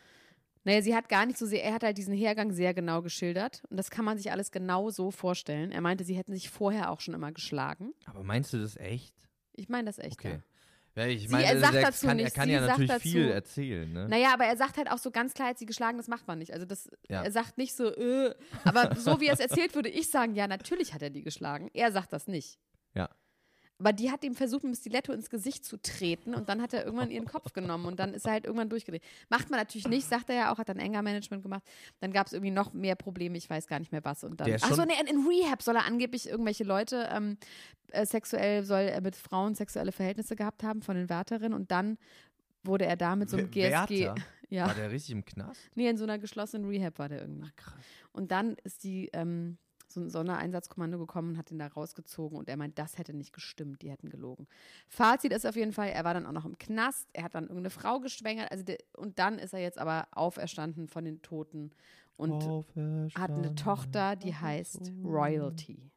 Speaker 1: Naja, Ne, sie hat gar nicht so sehr, er hat halt diesen Hergang sehr genau geschildert und das kann man sich alles genau so vorstellen. Er meinte, sie hätten sich vorher auch schon immer geschlagen.
Speaker 3: Aber meinst du das echt?
Speaker 1: Ich meine das echt.
Speaker 3: Okay.
Speaker 1: Ja.
Speaker 3: Ja, ich
Speaker 1: Sie-
Speaker 3: meine,
Speaker 1: er sagt
Speaker 3: der
Speaker 1: dazu
Speaker 3: kann, er
Speaker 1: nichts.
Speaker 3: kann
Speaker 1: Sie
Speaker 3: ja
Speaker 1: sagt
Speaker 3: natürlich
Speaker 1: dazu-
Speaker 3: viel erzählen, ne?
Speaker 1: Naja, aber er sagt halt auch so ganz klar, er hat sie geschlagen, das macht man nicht. Also das,
Speaker 3: Ja.
Speaker 1: er sagt nicht so, äh, aber so wie er es erzählt, würde ich sagen, ja, natürlich hat er die geschlagen. Er sagt das nicht.
Speaker 3: Ja.
Speaker 1: Aber die hat ihm versucht, mit dem Stiletto ins Gesicht zu treten und dann hat er irgendwann ihren Kopf genommen und dann ist er halt irgendwann durchgedreht. Macht man natürlich nicht, sagt er ja auch, hat dann Anger-Management gemacht. Dann gab es irgendwie noch mehr Probleme, ich weiß gar nicht mehr was. Und dann,
Speaker 3: Der ist
Speaker 1: ach so,
Speaker 3: schon-
Speaker 1: nee, in, in Rehab soll er angeblich irgendwelche Leute ähm, äh, sexuell, soll er mit Frauen sexuelle Verhältnisse gehabt haben von den Wärterinnen und dann wurde er da mit so einem
Speaker 3: Wer-
Speaker 1: GSG.
Speaker 3: Wärter?
Speaker 1: Ja.
Speaker 3: War der richtig im Knast?
Speaker 1: Nee, in so einer geschlossenen Rehab war der irgendwie. Und dann ist die, ähm, so ein Sondereinsatzkommando gekommen und hat ihn da rausgezogen und er meint, das hätte nicht gestimmt, die hätten gelogen. Fazit ist auf jeden Fall, er war dann auch noch im Knast, er hat dann irgendeine Frau geschwängert, also der, und dann ist er jetzt aber auferstanden von den Toten und hat eine Tochter, die heißt Royalty.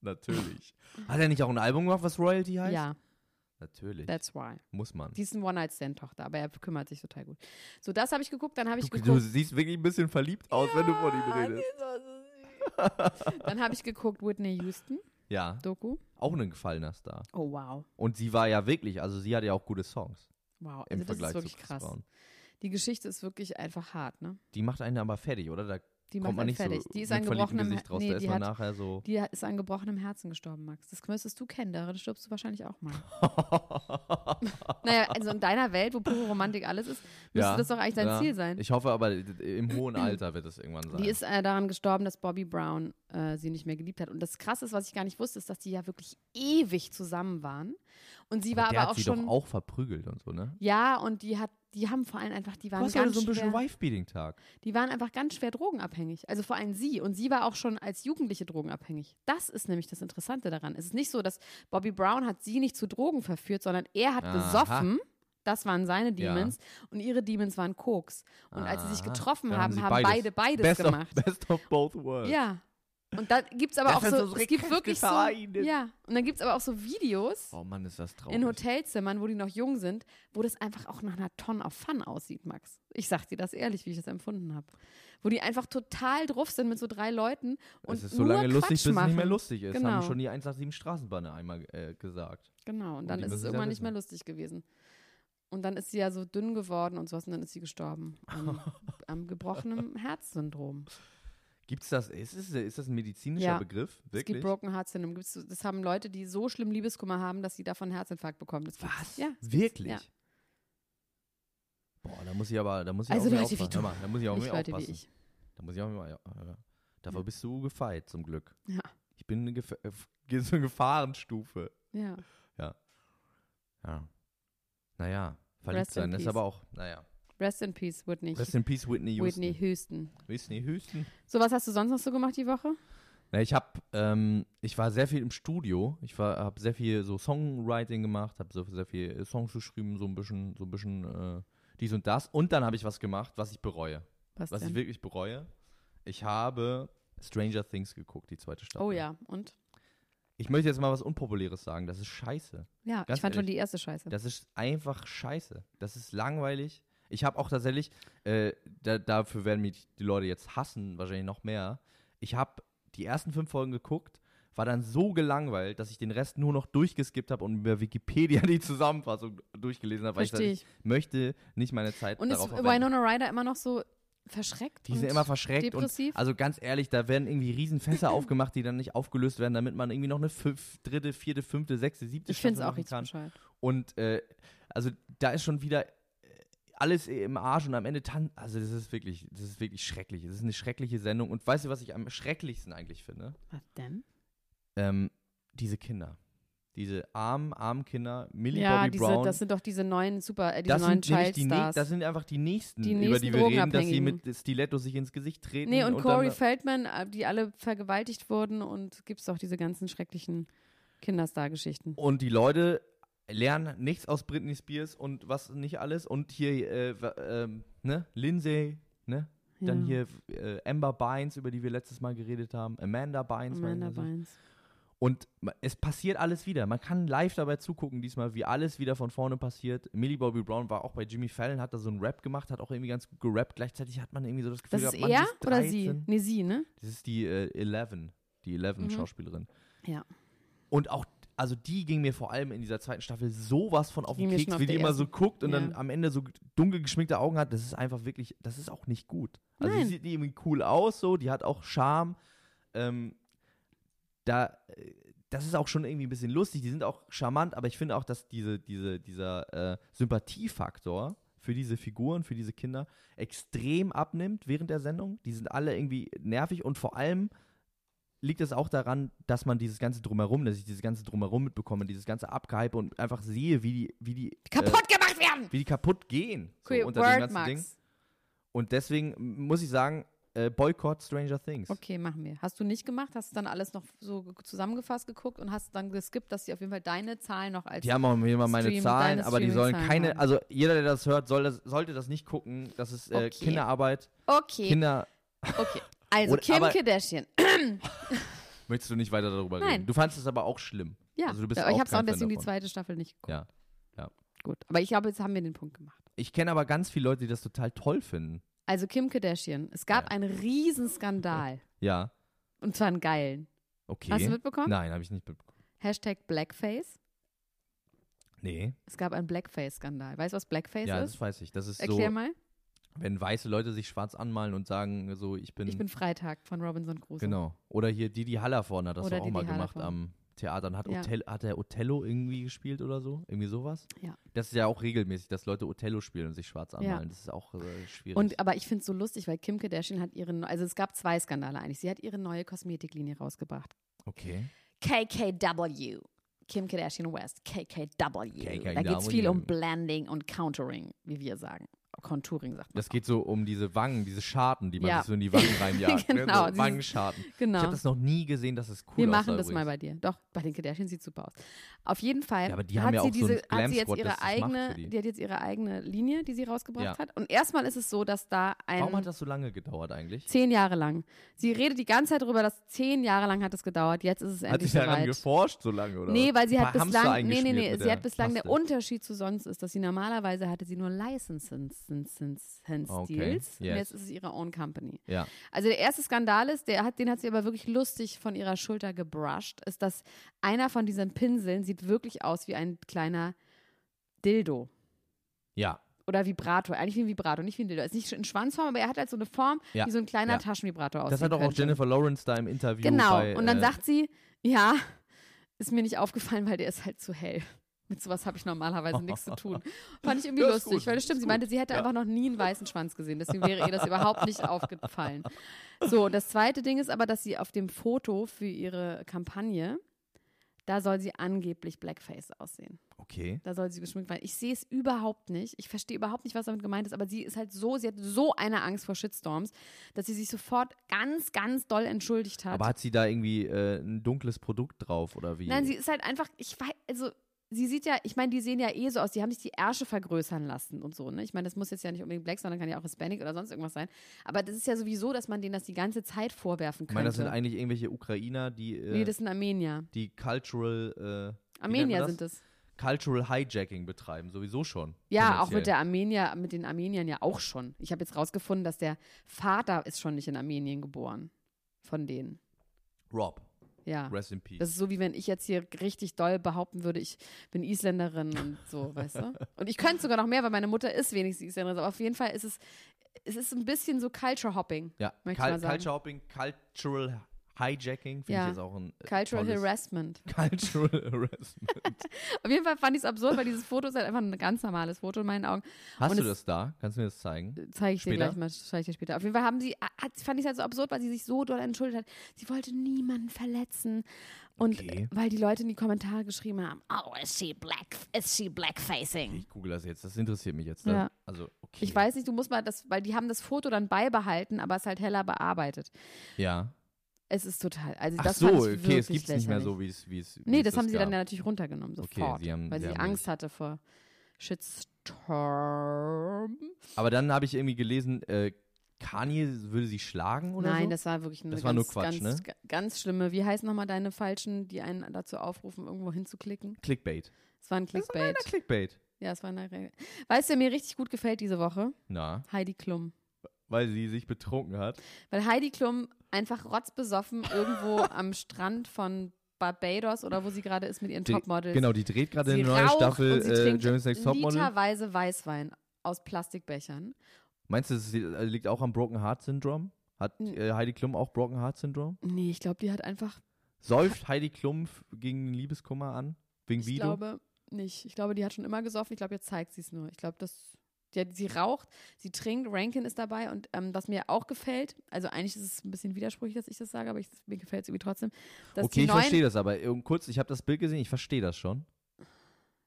Speaker 3: Natürlich. Hat er nicht auch ein Album gemacht, was Royalty heißt?
Speaker 1: Ja,
Speaker 3: Natürlich.
Speaker 1: that's why.
Speaker 3: Muss man.
Speaker 1: Die ist eine One-Night-Stand-Tochter, aber er kümmert sich total gut. So, das habe ich geguckt, dann habe ich
Speaker 3: Du,
Speaker 1: geguckt.
Speaker 3: du siehst wirklich ein bisschen verliebt aus, wenn du von ihm
Speaker 1: Ah,
Speaker 3: redest.
Speaker 1: Dann habe ich geguckt Whitney Houston
Speaker 3: Ja,
Speaker 1: Doku.
Speaker 3: auch ein gefallener Star.
Speaker 1: Oh wow.
Speaker 3: Und sie war ja wirklich, also sie hatte ja auch gute Songs
Speaker 1: Wow, also
Speaker 3: im
Speaker 1: das
Speaker 3: Vergleich
Speaker 1: ist wirklich
Speaker 3: zu Chris
Speaker 1: krass.
Speaker 3: Brown.
Speaker 1: Die Geschichte ist wirklich einfach hart, ne?
Speaker 3: Die macht einen aber fertig, oder? Da
Speaker 1: Die macht
Speaker 3: kommt man
Speaker 1: einen
Speaker 3: nicht
Speaker 1: fertig.
Speaker 3: so
Speaker 1: Die ist
Speaker 3: mit
Speaker 1: ein
Speaker 3: verliebtem
Speaker 1: gebrochenem
Speaker 3: Gesicht
Speaker 1: Her-
Speaker 3: raus.
Speaker 1: nee,
Speaker 3: da ist
Speaker 1: die
Speaker 3: man
Speaker 1: hat-
Speaker 3: nachher so.
Speaker 1: Die ist an gebrochenem Herzen gestorben, Max. Das müsstest du kennen, darin stirbst du wahrscheinlich auch mal. naja, also in deiner Welt, wo pure Romantik alles ist, müsste das doch eigentlich dein
Speaker 3: ja.
Speaker 1: Ziel sein.
Speaker 3: Ich hoffe aber, im hohen Alter wird es irgendwann sein.
Speaker 1: Die ist äh, daran gestorben, dass Bobby Brown äh, sie nicht mehr geliebt hat. Und das Krasse ist, was ich gar nicht wusste, ist, dass die ja wirklich ewig zusammen waren. Und sie war
Speaker 3: der
Speaker 1: aber
Speaker 3: hat
Speaker 1: auch
Speaker 3: sie
Speaker 1: schon.
Speaker 3: doch auch verprügelt und so, ne?
Speaker 1: Ja, und die hat, die haben vor allem einfach, die waren
Speaker 3: Was war
Speaker 1: ganz
Speaker 3: also so ein bisschen
Speaker 1: schwer,
Speaker 3: Wife-Beating-Tag?
Speaker 1: die waren einfach ganz schwer drogenabhängig. Also vor allem sie. Und sie war auch schon als Jugendliche drogenabhängig. Das ist nämlich das Interessante daran. Es ist nicht so, dass Bobby Brown hat sie nicht zu Drogen verführt, sondern er hat
Speaker 3: Aha.
Speaker 1: besoffen Das waren seine
Speaker 3: Ja.
Speaker 1: Demons und ihre Demons waren Koks. Und als sie sich getroffen
Speaker 3: Ah, Da
Speaker 1: haben,
Speaker 3: sie
Speaker 1: haben beide beides
Speaker 3: best
Speaker 1: gemacht.
Speaker 3: Of, best of both worlds.
Speaker 1: Ja. Und dann gibt's aber
Speaker 3: Das
Speaker 1: auch
Speaker 3: ist
Speaker 1: so,
Speaker 3: unsere
Speaker 1: es gibt
Speaker 3: Kräfte
Speaker 1: wirklich so,
Speaker 3: vereinen.
Speaker 1: ja. Und dann gibt's aber auch so Videos
Speaker 3: Oh Mann, ist das traurig.
Speaker 1: in Hotelzimmern, wo die noch jung sind, wo das einfach auch nach einer Tonne auf Fun aussieht, Max. Ich sag dir das ehrlich, wie ich das empfunden habe. Wo die einfach total drauf sind mit so drei Leuten und
Speaker 3: es ist so
Speaker 1: nur
Speaker 3: lange lustig,
Speaker 1: Quatsch
Speaker 3: bis es
Speaker 1: machen.
Speaker 3: nicht mehr lustig ist.
Speaker 1: Genau,
Speaker 3: Haben schon die 187 Straßenbahn einmal äh, gesagt.
Speaker 1: genau. Und dann
Speaker 3: Oh,
Speaker 1: ist
Speaker 3: die
Speaker 1: es
Speaker 3: müssen's ja
Speaker 1: irgendwann nicht
Speaker 3: wissen.
Speaker 1: mehr lustig gewesen. Und dann ist sie ja so dünn geworden und sowas und dann ist sie gestorben. Am, am gebrochenen Herzsyndrom.
Speaker 3: Gibt's das? Ist, ist, ist das ein medizinischer
Speaker 1: Ja.
Speaker 3: Begriff?
Speaker 1: Es gibt
Speaker 3: Wirklich?
Speaker 1: Broken Heart Syndrome. Gibt's, das haben Leute, die so schlimm Liebeskummer haben, dass sie davon einen Herzinfarkt bekommen. Das gibt's.
Speaker 3: Was?
Speaker 1: Ja. das gibt's.
Speaker 3: Wirklich?
Speaker 1: Ja.
Speaker 3: Boah, da muss ich aber, da muss ich
Speaker 1: Also
Speaker 3: auch mehr
Speaker 1: Leute wie
Speaker 3: aufpassen.
Speaker 1: du.
Speaker 3: Hör mal, da muss ich auch
Speaker 1: Nicht
Speaker 3: mehr
Speaker 1: Leute wie
Speaker 3: aufpassen.
Speaker 1: ich.
Speaker 3: Da muss ich auch mehr, ja, ja. Dafür bist du gefeit, zum Glück.
Speaker 1: Ja.
Speaker 3: Ich bin eine, Gef äh, so eine Gefahrenstufe.
Speaker 1: Ja.
Speaker 3: Ja. Ja. Naja, verliebt
Speaker 1: Rest in
Speaker 3: sein ist
Speaker 1: peace.
Speaker 3: aber auch, naja.
Speaker 1: Rest in peace, Whitney.
Speaker 3: Rest in peace, Whitney Houston.
Speaker 1: Whitney Houston.
Speaker 3: Whitney Houston.
Speaker 1: So, was hast du sonst noch so gemacht die Woche?
Speaker 3: Na, ich habe, ähm, ich war sehr viel im Studio. Ich war, habe sehr viel so Songwriting gemacht, habe so sehr viel äh, Songs geschrieben, so ein bisschen, so ein bisschen äh, dies und das. Und dann habe ich was gemacht, was ich bereue,
Speaker 1: Was,
Speaker 3: was ich
Speaker 1: denn?
Speaker 3: wirklich bereue. Ich habe Stranger Things geguckt, die zweite Staffel.
Speaker 1: oh ja, und?
Speaker 3: Ich möchte jetzt mal was Unpopuläres sagen. Das ist Scheiße.
Speaker 1: Ja,
Speaker 3: Ganz
Speaker 1: ich fand schon
Speaker 3: ehrlich,
Speaker 1: die erste Scheiße.
Speaker 3: Das ist einfach scheiße. Das ist langweilig. Ich habe auch tatsächlich, äh, da, dafür werden mich die Leute jetzt hassen, wahrscheinlich noch mehr. Ich habe die ersten fünf Folgen geguckt, war dann so gelangweilt, dass ich den Rest nur noch durchgeskippt habe und über Wikipedia die Zusammenfassung durchgelesen habe, weil
Speaker 1: Versteh
Speaker 3: ich, dachte, ich möchte nicht meine Zeit
Speaker 1: und ist
Speaker 3: darauf verwenden.
Speaker 1: Winona Ryder immer noch so verschreckt?
Speaker 3: Die
Speaker 1: und
Speaker 3: sind immer verschreckt
Speaker 1: Depressiv?
Speaker 3: und also ganz ehrlich, da werden irgendwie Riesenfässer aufgemacht, die dann nicht aufgelöst werden, damit man irgendwie noch eine fünf, dritte, vierte, fünfte, sechste, siebte
Speaker 1: ich finde es
Speaker 3: Staffel
Speaker 1: auch
Speaker 3: machen
Speaker 1: richtig
Speaker 3: kann.
Speaker 1: bescheuert.
Speaker 3: Und äh, also da ist schon wieder äh, alles im Arsch und am Ende tanzt. Also das ist wirklich, das ist wirklich schrecklich. Das ist eine schreckliche Sendung. Und weißt du, was ich am schrecklichsten eigentlich finde?
Speaker 1: Was denn?
Speaker 3: Ähm, diese Kinder. Diese armen, armen Kinder, Millie
Speaker 1: Ja,
Speaker 3: Bobby
Speaker 1: diese,
Speaker 3: Brown.
Speaker 1: das sind doch diese neuen Super, äh, diese
Speaker 3: das
Speaker 1: neuen
Speaker 3: sind nämlich die, nä-
Speaker 1: Childstars.
Speaker 3: das sind einfach die nächsten,
Speaker 1: Die
Speaker 3: über
Speaker 1: nächsten
Speaker 3: die wir reden, dass sie
Speaker 1: Drogenabhängigen.
Speaker 3: mit Stiletto sich ins Gesicht treten.
Speaker 1: nee, und, Corey
Speaker 3: dann,
Speaker 1: Feldman, äh, die alle vergewaltigt wurden und gibt's doch diese ganzen schrecklichen Kinderstar-Geschichten.
Speaker 3: Und die Leute lernen nichts aus Britney Spears und was nicht alles. Und hier, äh, w- ähm, ne, Lindsay, ne? Dann
Speaker 1: Ja.
Speaker 3: hier äh, Amber Bynes, über die wir letztes Mal geredet haben. Amanda Bynes.
Speaker 1: Amanda
Speaker 3: meine ich.
Speaker 1: Bynes.
Speaker 3: Und ma- es passiert alles wieder. Man kann live dabei zugucken diesmal, wie alles wieder von vorne passiert. Millie Bobby Brown war auch bei Jimmy Fallon, hat da so einen Rap gemacht, hat auch irgendwie ganz gut gerappt. Gleichzeitig hat man irgendwie so das Gefühl,
Speaker 1: Das ist
Speaker 3: gehabt, Mann, die
Speaker 1: er
Speaker 3: ist
Speaker 1: oder sie?
Speaker 3: 13.
Speaker 1: Nee, sie, ne?
Speaker 3: Das ist die äh, Eleven, die Eleven-Schauspielerin.
Speaker 1: Mhm. Ja.
Speaker 3: Und auch, also die ging mir vor allem in dieser zweiten Staffel sowas von auf
Speaker 1: Ging
Speaker 3: den
Speaker 1: mir schon
Speaker 3: Keks,
Speaker 1: auf
Speaker 3: wie
Speaker 1: der
Speaker 3: die immer so guckt und
Speaker 1: Ja.
Speaker 3: dann am Ende so dunkel geschminkte Augen hat. Das ist einfach wirklich, das ist auch nicht gut. Also
Speaker 1: Nein.
Speaker 3: die sieht irgendwie cool aus, so, die hat auch Charme. Ähm, da, äh, das ist auch schon irgendwie ein bisschen lustig, die sind auch charmant, aber ich finde auch, dass diese, diese, dieser äh, Sympathiefaktor für diese Figuren, für diese Kinder extrem abnimmt während der Sendung. Die sind alle irgendwie nervig und vor allem liegt es auch daran, dass man dieses ganze Drumherum, dass ich dieses ganze Drumherum mitbekomme, dieses ganze Abgehype und einfach sehe, wie die, wie die, äh,
Speaker 1: Kaputt gemacht werden!
Speaker 3: wie die kaputt gehen. So,
Speaker 1: Cool,
Speaker 3: unter dem ganzen Ding. Und deswegen muss ich sagen, äh, Boykott Stranger Things.
Speaker 1: Okay, machen wir. Hast du nicht gemacht? Hast du dann alles noch so ge- zusammengefasst geguckt und hast dann geskippt, dass sie auf jeden Fall deine Zahlen noch als.
Speaker 3: Die haben auch immer meine
Speaker 1: Stream-
Speaker 3: Zahlen,
Speaker 1: deine
Speaker 3: aber die sollen
Speaker 1: Streaming-Zahlen
Speaker 3: keine,
Speaker 1: haben.
Speaker 3: also jeder, der das hört, soll das, sollte das nicht gucken. Das ist äh,
Speaker 1: Okay. Eh.
Speaker 3: Kinderarbeit.
Speaker 1: okay,
Speaker 3: Kinder.
Speaker 1: okay. Also
Speaker 3: Oder-
Speaker 1: Kim
Speaker 3: aber-
Speaker 1: Kardashian.
Speaker 3: Möchtest du nicht weiter darüber
Speaker 1: Nein.
Speaker 3: reden? Du fandest es aber auch schlimm.
Speaker 1: Ja,
Speaker 3: also du bist
Speaker 1: aber ich habe es auch
Speaker 3: kein Fan
Speaker 1: deswegen die
Speaker 3: davon.
Speaker 1: zweite Staffel nicht geguckt.
Speaker 3: Ja.
Speaker 1: Gut, aber ich glaube, jetzt haben wir den Punkt gemacht.
Speaker 3: Ich kenne aber ganz viele Leute, die das total toll finden.
Speaker 1: Also Kim Kardashian. Es gab
Speaker 3: Ja.
Speaker 1: einen Riesenskandal.
Speaker 3: Ja.
Speaker 1: Und zwar einen geilen.
Speaker 3: Okay.
Speaker 1: Hast du mitbekommen?
Speaker 3: Nein, habe ich nicht mitbekommen.
Speaker 1: Hashtag Blackface.
Speaker 3: Nee.
Speaker 1: Es gab einen Blackface-Skandal. Weißt du, was Blackface
Speaker 3: ja,
Speaker 1: ist?
Speaker 3: das weiß ich. Das ist
Speaker 1: Erklär
Speaker 3: so,
Speaker 1: mal.
Speaker 3: wenn weiße Leute sich schwarz anmalen und sagen, so, ich bin.
Speaker 1: Ich bin Freitag von Robinson Crusoe.
Speaker 3: genau. Oder hier Didi Hallervorn hat das
Speaker 1: Oder
Speaker 3: doch auch
Speaker 1: Didi
Speaker 3: mal gemacht
Speaker 1: Hallervorden.
Speaker 3: am Theater. Und hat,
Speaker 1: Ja.
Speaker 3: Othello, hat der Othello irgendwie gespielt oder so? Irgendwie sowas?
Speaker 1: Ja.
Speaker 3: Das ist ja auch regelmäßig, dass Leute Othello spielen und sich schwarz anmalen. Das ist auch äh, schwierig.
Speaker 1: Und aber ich finde es so lustig, weil Kim Kardashian hat ihren, also es gab zwei Skandale eigentlich. Sie hat ihre neue Kosmetiklinie rausgebracht.
Speaker 3: okay.
Speaker 1: KKW. Kim Kardashian West, KKW. Da
Speaker 3: KKW.
Speaker 1: geht es viel um Blending und Countering, wie wir sagen. Contouring sagt man.
Speaker 3: Das geht so um diese Wangen, diese Scharten, die man
Speaker 1: Ja.
Speaker 3: sich so in die Wangen reinjagt. ne?
Speaker 1: Genau,
Speaker 3: so
Speaker 1: dieses-
Speaker 3: Wangenscharten.
Speaker 1: genau.
Speaker 3: Ich habe das noch nie gesehen, dass es cool
Speaker 1: Wir machen
Speaker 3: aussah
Speaker 1: das mal
Speaker 3: übrigens.
Speaker 1: bei dir. Doch, bei den Kardashians sieht super aus. Auf jeden Fall
Speaker 3: Ja, aber die
Speaker 1: hat,
Speaker 3: haben ja
Speaker 1: sie
Speaker 3: auch so
Speaker 1: diese,
Speaker 3: ein
Speaker 1: hat sie jetzt
Speaker 3: Glam-Squad, das
Speaker 1: ihre
Speaker 3: das macht
Speaker 1: eigene,
Speaker 3: für die.
Speaker 1: die. hat jetzt ihre eigene Linie, die sie rausgebracht
Speaker 3: Ja.
Speaker 1: hat. Und erstmal ist es so, dass da
Speaker 3: Warum
Speaker 1: ein
Speaker 3: hat das so lange gedauert eigentlich?
Speaker 1: zehn Jahre lang. Sie redet die ganze Zeit darüber, dass zehn Jahre lang hat es gedauert. Jetzt ist es
Speaker 3: Hat
Speaker 1: endlich
Speaker 3: sich daran
Speaker 1: soweit.
Speaker 3: geforscht so lange, oder?
Speaker 1: Nee,
Speaker 3: was?
Speaker 1: weil sie
Speaker 3: Ein
Speaker 1: hat
Speaker 3: paar Hamster
Speaker 1: bislang, nee, nee,
Speaker 3: eingeschmiert
Speaker 1: nee,
Speaker 3: mit
Speaker 1: sie
Speaker 3: der
Speaker 1: hat bislang, der
Speaker 3: Paste.
Speaker 1: Unterschied zu sonst ist, dass sie normalerweise hatte sie nur Licenses, Licenses, Licenses
Speaker 3: Okay,
Speaker 1: Deals und
Speaker 3: yes.
Speaker 1: jetzt ist es ihre own company.
Speaker 3: Ja.
Speaker 1: Also der erste Skandal ist, der hat, den hat sie aber wirklich lustig von ihrer Schulter gebrushed, ist, dass einer von diesen Pinseln sieht wirklich aus wie ein kleiner Dildo
Speaker 3: Ja.
Speaker 1: oder Vibrator, eigentlich wie ein Vibrator, nicht wie ein Dildo. Ist nicht in Schwanzform, aber er hat halt so eine Form,
Speaker 3: Ja,
Speaker 1: wie so ein kleiner
Speaker 3: ja.
Speaker 1: Taschenvibrator aussieht.
Speaker 3: Das hat doch auch Jennifer Lawrence da im Interview
Speaker 1: Genau.
Speaker 3: bei,
Speaker 1: und dann
Speaker 3: äh,
Speaker 1: sagt sie, ja, ist mir nicht aufgefallen, weil der ist halt zu hell. Mit sowas habe ich normalerweise nichts zu tun. Fand ich irgendwie
Speaker 3: Ja, ist
Speaker 1: lustig,
Speaker 3: gut,
Speaker 1: weil das stimmt. Sie meinte, sie hätte einfach noch nie einen weißen Schwanz gesehen. Deswegen wäre ihr das überhaupt nicht aufgefallen. So, und das zweite Ding ist aber, dass sie auf dem Foto für ihre Kampagne, da soll sie angeblich Blackface aussehen.
Speaker 3: Okay.
Speaker 1: Da soll sie geschminkt werden. Ich sehe es überhaupt nicht. Ich verstehe überhaupt nicht, was damit gemeint ist. Aber sie ist halt so, sie hat so eine Angst vor Shitstorms, dass sie sich sofort ganz, ganz doll entschuldigt hat.
Speaker 3: Aber hat sie da irgendwie äh, ein dunkles Produkt drauf oder wie?
Speaker 1: Nein, sie ist halt einfach, ich weiß, also sie sieht ja, ich meine, die sehen ja eh so aus, die haben sich die Ärsche vergrößern lassen und so, ne? Ich meine, das muss jetzt ja nicht unbedingt Black, sondern kann ja auch Hispanic oder sonst irgendwas sein. Aber das ist ja sowieso, dass man denen das die ganze Zeit vorwerfen
Speaker 3: ich
Speaker 1: könnte.
Speaker 3: meine, das sind eigentlich irgendwelche Ukrainer, die, äh,
Speaker 1: nee, das sind Armenier.
Speaker 3: die Cultural. Äh, wie nennt man
Speaker 1: Armenier
Speaker 3: das?
Speaker 1: sind es.
Speaker 3: Cultural Hijacking betreiben, sowieso schon.
Speaker 1: Ja, auch mit
Speaker 3: tendenziell.
Speaker 1: der Armenier, mit den Armeniern ja auch schon. Ich habe jetzt rausgefunden, dass der Vater ist schon nicht in Armenien geboren. Von denen.
Speaker 3: Rob,
Speaker 1: Ja.
Speaker 3: rest in peace.
Speaker 1: Das ist so, wie wenn ich jetzt hier richtig doll behaupten würde, ich bin Isländerin und so, weißt du? Und ich könnte sogar noch mehr, weil meine Mutter ist wenigstens Isländerin. Aber auf jeden Fall ist es, es ist ein bisschen so Culture Hopping.
Speaker 3: ja,
Speaker 1: möchte ich
Speaker 3: Cul-
Speaker 1: mal sagen.
Speaker 3: Culture Hopping, Cultural Hijacking, finde
Speaker 1: Ja.
Speaker 3: ich jetzt auch ein. Äh,
Speaker 1: Cultural
Speaker 3: tolles
Speaker 1: Harassment.
Speaker 3: Cultural Harassment.
Speaker 1: Auf jeden Fall fand ich es absurd, weil dieses Foto ist halt einfach ein ganz normales Foto in meinen Augen.
Speaker 3: Hast
Speaker 1: Und
Speaker 3: du
Speaker 1: es- Äh,
Speaker 3: das da? Kannst du mir das zeigen?
Speaker 1: Zeige ich dir
Speaker 3: Später?
Speaker 1: gleich mal, zeige ich dir später. Auf jeden Fall haben sie, hat, fand ich es halt so absurd, weil sie sich so doll entschuldigt hat. Sie wollte niemanden verletzen. Und äh,
Speaker 3: Okay.
Speaker 1: weil die Leute in die Kommentare geschrieben haben,
Speaker 4: Oh, is she black? Is she blackfacing?
Speaker 3: Ich google das jetzt, das interessiert mich jetzt.
Speaker 1: Ja.
Speaker 3: Also, okay.
Speaker 1: ich weiß nicht, du musst mal das, weil die haben das Foto dann beibehalten, aber es halt heller bearbeitet.
Speaker 3: Ja.
Speaker 1: Es ist total. Also
Speaker 3: Ach
Speaker 1: das
Speaker 3: so,
Speaker 1: fand ich
Speaker 3: okay, es
Speaker 1: wirklich
Speaker 3: gibt nicht
Speaker 1: lächerlich.
Speaker 3: mehr so, wie es. wie es- wie
Speaker 1: Nee,
Speaker 3: es
Speaker 1: das haben sie dann ja
Speaker 3: gab.
Speaker 1: natürlich runtergenommen,
Speaker 3: Okay,
Speaker 1: sofort.
Speaker 3: sie haben-
Speaker 1: weil
Speaker 3: sie
Speaker 1: sie
Speaker 3: haben
Speaker 1: Angst hatte vor Shitstorm.
Speaker 3: Aber dann habe ich irgendwie gelesen, äh, Kanye würde sie schlagen oder
Speaker 1: Nein,
Speaker 3: so?
Speaker 1: das war wirklich eine
Speaker 3: Das war
Speaker 1: ganz,
Speaker 3: nur Quatsch, ne?
Speaker 1: ganz, ga- ganz schlimme. Wie heißen nochmal deine Falschen, die einen dazu aufrufen, irgendwo hinzuklicken?
Speaker 3: Clickbait.
Speaker 1: Es war ein
Speaker 3: Das war einer
Speaker 1: Clickbait.
Speaker 3: Clickbait.
Speaker 1: Ja, es war eine. Re- Weißt du, wer mir richtig gut gefällt diese Woche?
Speaker 3: Na,
Speaker 1: Heidi Klum.
Speaker 3: weil sie sich betrunken hat.
Speaker 1: Weil Heidi Klum einfach rotzbesoffen irgendwo am Strand von Barbados oder wo sie gerade ist mit ihren
Speaker 3: Die-
Speaker 1: Topmodels.
Speaker 3: Genau, die dreht gerade
Speaker 1: Sie
Speaker 3: eine neue
Speaker 1: raucht
Speaker 3: Staffel
Speaker 1: und sie
Speaker 3: äh,
Speaker 1: trinkt
Speaker 3: Germany's Next Topmodel.
Speaker 1: literweise Weißwein aus Plastikbechern.
Speaker 3: Meinst du, das liegt auch am Broken Heart Syndrom? Hat äh, Heidi Klum auch Broken Heart Syndrom?
Speaker 1: Nee, ich glaube, die hat einfach,
Speaker 3: Säuft Heidi Klum f- gegen den Liebeskummer an? Wegen
Speaker 1: ich
Speaker 3: Vido?
Speaker 1: glaube nicht. Ich glaube, die hat schon immer gesoffen. Ich glaube, jetzt zeigt sie es nur. Ich glaube, das die hat, sie raucht, sie trinkt, Rankin ist dabei und ähm, was mir auch gefällt, also eigentlich ist es ein bisschen widersprüchlich, dass ich das sage, aber ich, mir gefällt es irgendwie trotzdem, dass
Speaker 3: okay,
Speaker 1: die
Speaker 3: ich
Speaker 1: neuen,
Speaker 3: verstehe das aber. Äh, Kurz, ich habe das Bild gesehen, ich verstehe das schon.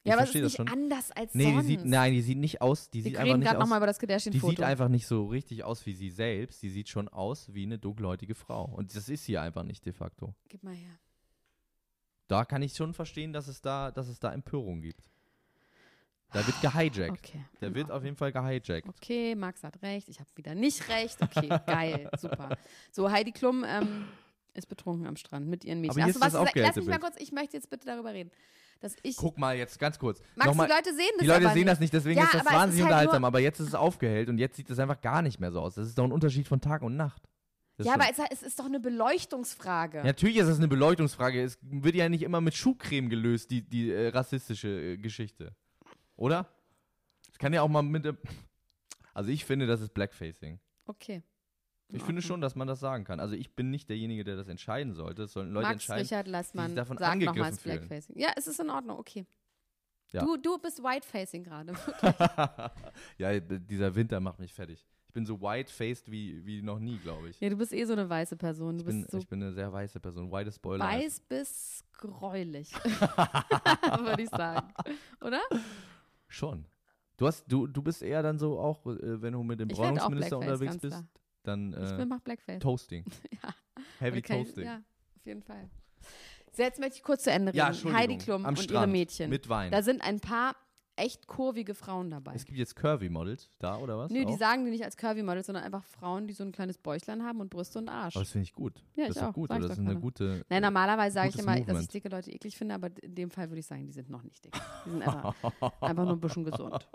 Speaker 3: Ich
Speaker 1: ja, aber es ist
Speaker 3: verstehe das
Speaker 1: nicht
Speaker 3: schon.
Speaker 1: anders als
Speaker 3: Nee, die
Speaker 1: sonst.
Speaker 3: sieht, nein, die sieht nicht aus. Die sieht
Speaker 1: Wir
Speaker 3: einfach
Speaker 1: reden
Speaker 3: nicht
Speaker 1: gerade
Speaker 3: aus.
Speaker 1: nochmal über das
Speaker 3: die
Speaker 1: Kardashian-Foto.
Speaker 3: sieht einfach nicht so richtig aus wie sie selbst. Die sieht schon aus wie eine dunkelhäutige Frau. Und das ist sie einfach nicht de facto.
Speaker 1: Gib mal her.
Speaker 3: Da kann ich schon verstehen, dass es da, dass es da Empörung gibt. Da wird gehijackt.
Speaker 1: Okay.
Speaker 3: Der
Speaker 1: in
Speaker 3: wird auf jeden Fall gehijackt.
Speaker 1: Okay, Max hat recht, ich habe wieder nicht recht. Okay, geil, super. So, Heidi Klum ähm, ist betrunken am Strand mit ihren Mädchen.
Speaker 3: Aber hier
Speaker 1: Hast du
Speaker 3: ist das
Speaker 1: was gesagt? Lass
Speaker 3: aufgehellte
Speaker 1: mich mal
Speaker 3: Bild.
Speaker 1: kurz, ich möchte jetzt bitte darüber reden. Dass ich.
Speaker 3: Guck mal jetzt ganz kurz.
Speaker 1: Max,
Speaker 3: Nochmal,
Speaker 1: die Leute sehen das
Speaker 3: Die Leute
Speaker 1: aber
Speaker 3: sehen
Speaker 1: nicht.
Speaker 3: das nicht, deswegen
Speaker 1: Ja,
Speaker 3: ist das
Speaker 1: aber es
Speaker 3: wahnsinnig
Speaker 1: ist halt
Speaker 3: unterhaltsam.
Speaker 1: nur-
Speaker 3: Aber jetzt ist es aufgehellt und jetzt sieht es einfach gar nicht mehr so aus. Das ist doch ein Unterschied von Tag und Nacht. Das
Speaker 1: ja,
Speaker 3: stimmt.
Speaker 1: aber es, es ist doch eine Beleuchtungsfrage.
Speaker 3: Natürlich ist das eine Beleuchtungsfrage. Es wird ja nicht immer mit Schuhcreme gelöst, die, die äh, rassistische äh, Geschichte. Oder? Es kann ja auch mal mit. äh, Also ich finde, das ist Blackfacing.
Speaker 1: Okay.
Speaker 3: Ich finde schon, dass man das sagen kann. Also ich bin nicht derjenige, der das entscheiden sollte. Es sollen Leute
Speaker 1: Max
Speaker 3: entscheiden.
Speaker 1: Richard Lassmann
Speaker 3: die sich davon
Speaker 1: sagt
Speaker 3: angegriffen
Speaker 1: nochmals
Speaker 3: fühlen.
Speaker 1: Blackfacing. Ja, es ist in Ordnung, okay.
Speaker 3: Ja.
Speaker 1: Du, du bist Whitefacing gerade.
Speaker 3: ja, b- dieser Winter macht mich fertig. Ich bin so white-faced wie, wie noch nie, glaube ich.
Speaker 1: ja, du bist eh so eine weiße Person. Du
Speaker 3: Ich bin,
Speaker 1: bist so
Speaker 3: ich bin eine sehr weiße Person. White is Boiler.
Speaker 1: weiß bis gräulich. Würde ich sagen. Oder?
Speaker 3: Schon. Du, hast, du, du bist eher dann so auch, äh, wenn du mit dem
Speaker 1: Ich werd auch
Speaker 3: Bräunungsminister
Speaker 1: Blackface,
Speaker 3: unterwegs
Speaker 1: ganz
Speaker 3: bist,
Speaker 1: klar.
Speaker 3: dann
Speaker 1: ich
Speaker 3: äh,
Speaker 1: bin, mach Blackface.
Speaker 3: Toasting.
Speaker 1: Ja.
Speaker 3: Heavy
Speaker 1: Okay,
Speaker 3: Toasting.
Speaker 1: Ja, auf jeden Fall. So, jetzt möchte ich kurz zu Ende reden.
Speaker 3: Ja, Entschuldigung.
Speaker 1: Heidi Klum
Speaker 3: Am
Speaker 1: und
Speaker 3: Strand,
Speaker 1: ihre Mädchen.
Speaker 3: mit Wein.
Speaker 1: Da sind ein paar echt kurvige Frauen dabei.
Speaker 3: Es gibt jetzt Curvy-Models da, oder was?
Speaker 1: Nö, die
Speaker 3: Auch?
Speaker 1: sagen die nicht als Curvy-Models, sondern einfach Frauen, die so ein kleines Bäuchlein haben und Brüste und Arsch.
Speaker 3: Aber das finde ich gut.
Speaker 1: Ja,
Speaker 3: das
Speaker 1: ich
Speaker 3: ist doch
Speaker 1: auch.
Speaker 3: gut.
Speaker 1: Sag ich doch
Speaker 3: oder das ist eine
Speaker 1: gerade.
Speaker 3: gute.
Speaker 1: Nein, normalerweise sage ich
Speaker 3: Gutes
Speaker 1: immer, dass ich
Speaker 3: Movement.
Speaker 1: dicke Leute eklig finde, aber in dem Fall würde ich sagen, die sind noch nicht dick. Die sind einfach, einfach nur ein bisschen gesund.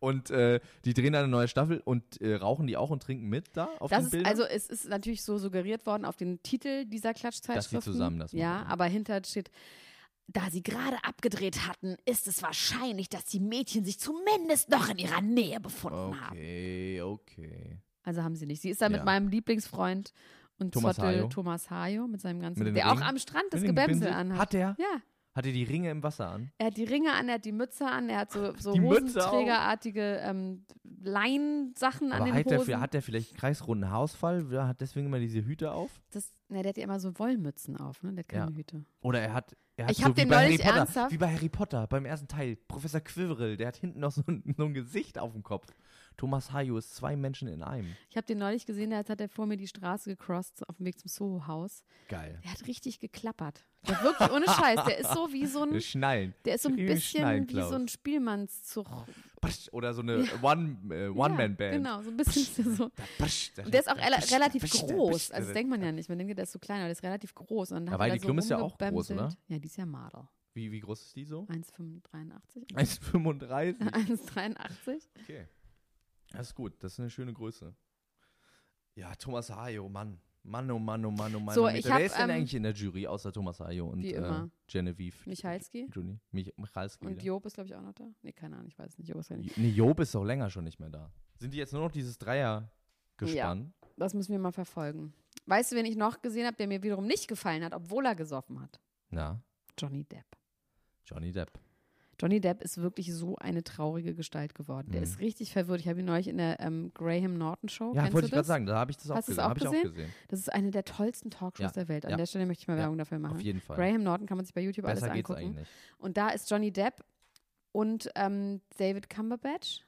Speaker 3: Und äh, die drehen eine neue Staffel und äh, rauchen die auch und trinken mit da auf
Speaker 1: Das
Speaker 3: den
Speaker 1: ist,
Speaker 3: Bildern?
Speaker 1: also es ist natürlich so suggeriert worden auf den Titel dieser Klatschzeitschriften.
Speaker 3: zusammen das
Speaker 1: Ja,
Speaker 3: machen.
Speaker 1: aber hinter steht,
Speaker 4: Da sie gerade abgedreht hatten, ist es wahrscheinlich, dass die Mädchen sich zumindest noch in ihrer Nähe befunden haben.
Speaker 3: okay, okay.
Speaker 1: also haben sie nicht. Sie ist da mit
Speaker 3: Ja.
Speaker 1: meinem Lieblingsfreund und
Speaker 3: Thomas
Speaker 1: Zottel
Speaker 3: Hayo.
Speaker 1: Thomas Hayo mit seinem ganzen,
Speaker 3: Mit den
Speaker 1: der
Speaker 3: Ringen?
Speaker 1: auch am Strand das
Speaker 3: Mit dem
Speaker 1: Gebämsel
Speaker 3: Pinsel?
Speaker 1: anhat.
Speaker 3: Hat der?
Speaker 1: Ja,
Speaker 3: Hat ihr die Ringe im Wasser an?
Speaker 1: er hat die Ringe an, er hat die Mütze an, er hat so, so
Speaker 3: Die Mütze auch.
Speaker 1: Hosenträgerartige ähm, Leinsachen an
Speaker 3: Aber
Speaker 1: den
Speaker 3: hat der,
Speaker 1: Hosen.
Speaker 3: vi- hat der vielleicht einen kreisrunden Haarausfall? Wer Hat deswegen immer diese Hüte auf?
Speaker 1: das, na, der hat ja immer so Wollmützen auf, ne? Der hat keine
Speaker 3: Ja.
Speaker 1: Hüte.
Speaker 3: Oder er hat. Er hat
Speaker 1: Ich
Speaker 3: so
Speaker 1: hab
Speaker 3: wie
Speaker 1: den
Speaker 3: bei
Speaker 1: neulich
Speaker 3: Harry Potter,
Speaker 1: ernsthaft-
Speaker 3: Wie bei Harry Potter beim ersten Teil. Professor Quirrell, der hat hinten noch so ein, so ein Gesicht auf dem Kopf. Thomas Hayo ist zwei Menschen in einem.
Speaker 1: Ich habe den neulich gesehen, als hat er vor mir die Straße gecrossed auf dem Weg zum Soho-Haus.
Speaker 3: Geil.
Speaker 1: Der hat richtig geklappert. Der wirklich ohne Scheiß. Der ist so wie so ein,
Speaker 3: Wir schnallen.
Speaker 1: der ist so ein
Speaker 3: Wir schnallen,
Speaker 1: bisschen wie
Speaker 3: Klaus.
Speaker 1: so ein Spielmannszug.
Speaker 3: Pasch, Oder so eine One- äh, One-Man-Band.
Speaker 1: Ja, genau, so ein bisschen so. Und der ist auch rela- relativ groß. Also das denkt man ja nicht. Man denkt, ja, der ist so klein, aber der ist relativ groß. Und dann hat
Speaker 3: Aber
Speaker 1: er
Speaker 3: Heidi
Speaker 1: so
Speaker 3: Klum ist ja auch groß,
Speaker 1: rumgebämselt.
Speaker 3: oder?
Speaker 1: Ja, die ist ja Madel.
Speaker 3: Wie, wie groß ist die so?
Speaker 1: 1,83?
Speaker 3: 1,35.
Speaker 1: 1,83?
Speaker 3: Okay. Das ist gut. Das ist eine schöne Größe. Ja, Thomas Hayo, Mann. Mann, oh Mann, oh Mann, oh Mann.
Speaker 1: So,
Speaker 3: oh Mann.
Speaker 1: ich
Speaker 3: Wer
Speaker 1: hab,
Speaker 3: ist denn
Speaker 1: ähm,
Speaker 3: eigentlich in der Jury, außer Thomas Hayo und
Speaker 1: wie
Speaker 3: äh,
Speaker 1: immer.
Speaker 3: Genevieve?
Speaker 1: Michalski?
Speaker 3: Juni, Mich Michalski.
Speaker 1: Und
Speaker 3: wieder.
Speaker 1: Job ist, glaube ich, auch noch da. Nee, keine Ahnung, ich weiß nicht. Job ist ja nicht.
Speaker 3: Nee, Job ist doch länger schon nicht mehr da. Sind die jetzt nur noch dieses Dreier-Gespann?
Speaker 1: Das müssen wir mal verfolgen. Weißt du, wen ich noch gesehen habe, der mir wiederum nicht gefallen hat, obwohl er gesoffen hat?
Speaker 3: Na,
Speaker 1: Johnny Depp.
Speaker 3: Johnny Depp.
Speaker 1: Johnny Depp ist wirklich so eine traurige Gestalt geworden. Der
Speaker 3: Mhm.
Speaker 1: ist richtig verwirrt. Ich habe ihn neulich in der ähm, Graham Norton Show.
Speaker 3: Ja,
Speaker 1: Oh, kennst
Speaker 3: wollte
Speaker 1: du
Speaker 3: ich
Speaker 1: das?
Speaker 3: gerade sagen, da habe ich das auch
Speaker 1: Hast du es
Speaker 3: gesehen.
Speaker 1: auch
Speaker 3: Habe ich auch
Speaker 1: gesehen?
Speaker 3: gesehen.
Speaker 1: Das ist eine der tollsten Talkshows
Speaker 3: Ja,
Speaker 1: der Welt. An
Speaker 3: ja.
Speaker 1: der Stelle möchte ich mal
Speaker 3: Ja,
Speaker 1: Werbung dafür machen.
Speaker 3: Auf jeden Fall.
Speaker 1: Graham Norton kann man sich bei YouTube
Speaker 3: Besser
Speaker 1: alles
Speaker 3: geht's
Speaker 1: angucken.
Speaker 3: eigentlich nicht.
Speaker 1: Und da ist Johnny Depp und ähm, David Cumberbatch,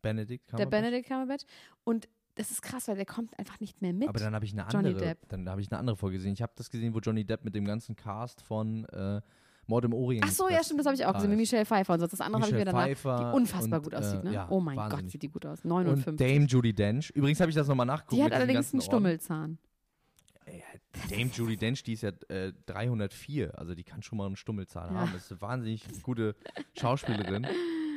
Speaker 3: Benedikt
Speaker 1: der
Speaker 3: Cumberbatch.
Speaker 1: Benedict Cumberbatch. Und das ist krass, weil der kommt einfach nicht mehr mit.
Speaker 3: Aber dann habe ich eine
Speaker 1: Johnny
Speaker 3: andere,
Speaker 1: Depp.
Speaker 3: dann habe ich eine andere Folge gesehen. Ich habe das gesehen, wo Johnny Depp mit dem ganzen Cast von äh, Mord im Orient.
Speaker 1: Ach so, ja,
Speaker 3: Express
Speaker 1: stimmt, das habe ich auch
Speaker 3: da
Speaker 1: gesehen. Mit
Speaker 3: ist.
Speaker 1: Michelle Pfeiffer und so. Das andere habe ich mir
Speaker 3: Ah, Michelle
Speaker 1: danach,
Speaker 3: Pfeiffer
Speaker 1: die unfassbar
Speaker 3: und,
Speaker 1: gut aussieht,
Speaker 3: äh,
Speaker 1: ne?
Speaker 3: ja,
Speaker 1: oh mein Gott,
Speaker 3: wahnsinnig
Speaker 1: sieht die gut aus.
Speaker 3: Und
Speaker 1: 59.
Speaker 3: Dame Judy Dench. Übrigens habe ich das nochmal nachgeguckt.
Speaker 1: Die hat
Speaker 3: mit diesen
Speaker 1: allerdings einen
Speaker 3: ganzen
Speaker 1: Stummelzahn.
Speaker 3: Orden. Ja, halt, Dame Judy Dench, die ist ja äh, 304. Also die kann schon mal einen Stummelzahl
Speaker 1: Ja.
Speaker 3: haben. Das ist eine wahnsinnig gute Schauspielerin.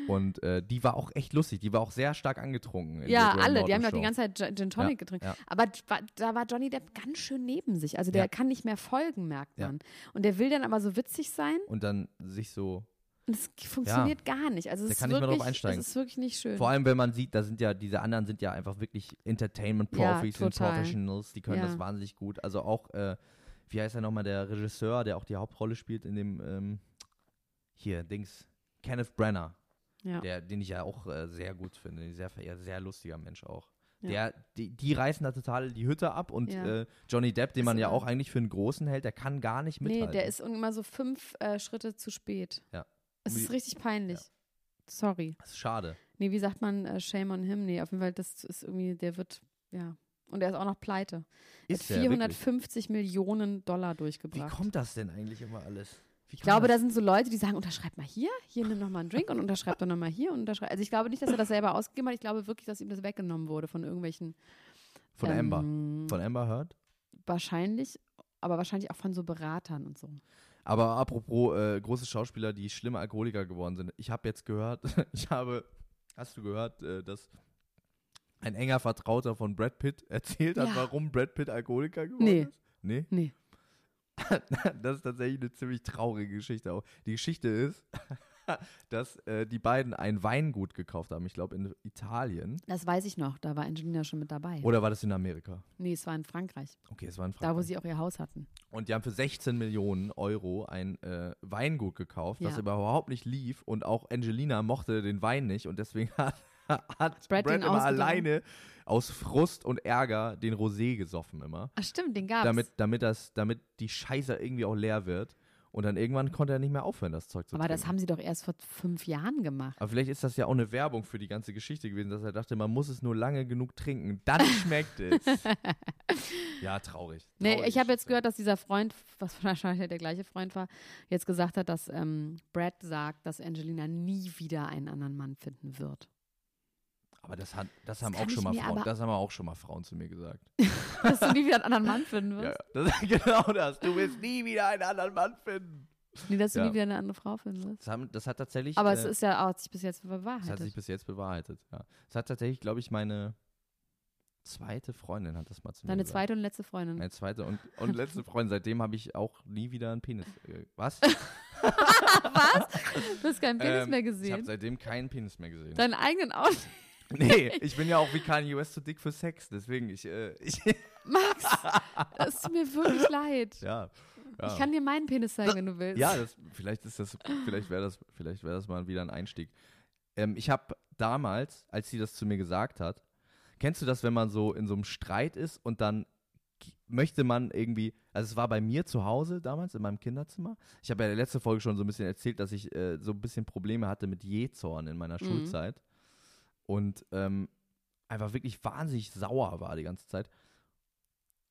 Speaker 3: Und äh, die war auch echt lustig. Die war auch sehr stark angetrunken. in
Speaker 1: Ja,
Speaker 3: der Graham
Speaker 1: alle. Die haben ja
Speaker 3: Norton
Speaker 1: die
Speaker 3: Show.
Speaker 1: ganze Zeit Gin- Gin Tonic
Speaker 3: Ja,
Speaker 1: getrunken.
Speaker 3: ja.
Speaker 1: Aber wa- da war Johnny Depp ganz schön neben sich. Also der
Speaker 3: Ja.
Speaker 1: kann nicht mehr folgen, merkt
Speaker 3: Ja.
Speaker 1: man. Und der will dann aber so witzig sein
Speaker 3: Und dann sich so
Speaker 1: und es funktioniert gar nicht. Also
Speaker 3: Der
Speaker 1: es
Speaker 3: kann
Speaker 1: ist
Speaker 3: nicht mehr drauf
Speaker 1: wirklich,
Speaker 3: einsteigen.
Speaker 1: es ist wirklich nicht schön.
Speaker 3: Vor allem, wenn man sieht, da sind ja, diese anderen sind ja einfach wirklich Entertainment-Profis
Speaker 1: Ja,
Speaker 3: und
Speaker 1: total.
Speaker 3: Professionals, die können
Speaker 1: Ja.
Speaker 3: das wahnsinnig gut. Also auch, äh, wie heißt er nochmal, der Regisseur, der auch die Hauptrolle spielt in dem, ähm, hier, Dings, Kenneth Brenner,
Speaker 1: ja.
Speaker 3: der, den ich ja auch äh, sehr gut finde, sehr, ver- sehr lustiger Mensch auch.
Speaker 1: Ja.
Speaker 3: Der, die, die reißen da total die Hütte ab und
Speaker 1: Ja.
Speaker 3: äh, Johnny Depp, den
Speaker 1: Ist
Speaker 3: man ja
Speaker 1: immer-
Speaker 3: auch eigentlich für einen Großen hält, der kann gar nicht
Speaker 1: nee,
Speaker 3: mithalten.
Speaker 1: der ist immer so fünf äh, Schritte zu spät.
Speaker 3: Ja.
Speaker 1: Es ist
Speaker 3: Wie-
Speaker 1: richtig peinlich.
Speaker 3: Ja.
Speaker 1: Sorry.
Speaker 3: das ist schade.
Speaker 1: Nee, wie sagt man, äh, shame on him? Nee, auf jeden Fall, das ist irgendwie, der wird, ja. Und er ist auch noch pleite. Er
Speaker 3: Ist
Speaker 1: hat
Speaker 3: der wirklich?
Speaker 1: 450 Millionen Dollar
Speaker 3: Wie
Speaker 1: durchgebracht.
Speaker 3: kommt das denn eigentlich immer alles? Wie
Speaker 1: Ich glaube, da sind so Leute, die sagen, unterschreib mal hier, hier nimm noch mal einen Drink und unterschreib doch noch mal hier und unterschreib. Also ich glaube nicht, dass er das selber ausgegeben hat. Ich glaube wirklich, dass ihm das weggenommen wurde von irgendwelchen,
Speaker 3: Von
Speaker 1: ähm,
Speaker 3: Amber. Von Amber Heard?
Speaker 1: wahrscheinlich, aber wahrscheinlich auch von so Beratern und so.
Speaker 3: Aber apropos äh, große Schauspieler, die schlimme Alkoholiker geworden sind. Ich habe jetzt gehört, ich habe, hast du gehört, äh, dass ein enger Vertrauter von Brad Pitt erzählt hat,
Speaker 1: Ja.
Speaker 3: warum Brad Pitt Alkoholiker geworden
Speaker 1: Nee.
Speaker 3: ist? Nee.
Speaker 1: Nee.
Speaker 3: Das ist tatsächlich eine ziemlich traurige Geschichte auch. Die Geschichte ist, dass äh, die beiden ein Weingut gekauft haben, ich glaube in Italien.
Speaker 1: Das weiß ich noch, da war Angelina schon mit dabei.
Speaker 3: Oder war das in Amerika?
Speaker 1: nee, es war in Frankreich,
Speaker 3: Okay, es war in
Speaker 1: da wo
Speaker 3: Frankreich.
Speaker 1: sie auch ihr Haus hatten.
Speaker 3: Und die haben für 16 Millionen Euro ein äh, Weingut gekauft, das
Speaker 1: Ja.
Speaker 3: überhaupt nicht lief. Und auch Angelina mochte den Wein nicht. Und deswegen hat, hat
Speaker 1: Brad
Speaker 3: Brad,
Speaker 1: den
Speaker 3: immer
Speaker 1: ausgenommen.
Speaker 3: alleine aus Frust und Ärger den Rosé gesoffen immer.
Speaker 1: Ach stimmt, den gab's.
Speaker 3: Damit, damit, das, damit die Scheiße irgendwie auch leer wird. Und dann irgendwann konnte er nicht mehr aufhören, das Zeug zu
Speaker 1: Aber das
Speaker 3: trinken.
Speaker 1: haben sie doch erst vor fünf Jahren gemacht.
Speaker 3: Aber vielleicht ist das ja auch eine Werbung für die ganze Geschichte gewesen, dass er dachte, man muss es nur lange genug trinken, dann schmeckt es. ja, traurig.
Speaker 1: Nee,
Speaker 3: Traurige
Speaker 1: ich habe jetzt
Speaker 3: Geschichte.
Speaker 1: gehört, dass dieser Freund, was wahrscheinlich der gleiche Freund war, jetzt gesagt hat, dass ähm, Brad sagt, dass Angelina nie wieder einen anderen Mann finden wird.
Speaker 3: Aber das, hat, das haben
Speaker 1: kann
Speaker 3: auch schon
Speaker 1: ich
Speaker 3: mal
Speaker 1: mir
Speaker 3: Frauen,
Speaker 1: aber-
Speaker 3: das haben auch schon mal Frauen zu mir gesagt.
Speaker 1: Dass du nie wieder einen anderen Mann finden wirst?
Speaker 3: Ja, ja. das, genau das. Du wirst nie wieder einen anderen Mann finden.
Speaker 1: Nee, dass du
Speaker 3: Ja.
Speaker 1: nie wieder eine andere Frau finden wirst.
Speaker 3: Das, haben, das hat tatsächlich.
Speaker 1: Aber
Speaker 3: äh,
Speaker 1: es ist ja auch, hat sich bis jetzt
Speaker 3: Das hat sich
Speaker 1: bewahrheitet.
Speaker 3: bis jetzt bewahrheitet, ja. Das hat tatsächlich, glaube ich, meine zweite Freundin hat das mal zu mir
Speaker 1: Deine
Speaker 3: gesagt.
Speaker 1: zweite und letzte Freundin.
Speaker 3: Meine zweite und, und letzte Freundin. Seitdem habe ich auch nie wieder einen Penis. Äh, was?
Speaker 1: Du hast keinen Penis
Speaker 3: Ähm,
Speaker 1: mehr
Speaker 3: Ich habe
Speaker 1: gesehen.
Speaker 3: seitdem keinen Penis mehr gesehen.
Speaker 1: Deinen eigenen Augen.
Speaker 3: nee, ich bin ja auch wie Kanye West zu dick für Sex. Deswegen, ich, äh, ich
Speaker 1: Max, es tut mir wirklich leid.
Speaker 3: ja. ja.
Speaker 1: Ich kann dir meinen Penis zeigen, wenn du willst.
Speaker 3: Ja, das, vielleicht ist das, vielleicht wäre das, vielleicht wäre das mal wieder ein Einstieg. Ähm, ich habe damals, als sie das zu mir gesagt hat, kennst du das, wenn man so in so einem Streit ist und dann g- möchte man irgendwie, also es war bei mir zu Hause damals in meinem Kinderzimmer. Ich habe ja in der letzten Folge schon so ein bisschen erzählt, dass ich äh, so ein bisschen Probleme hatte mit Jezorn in meiner Schulzeit und ähm, einfach wirklich wahnsinnig sauer war die ganze Zeit.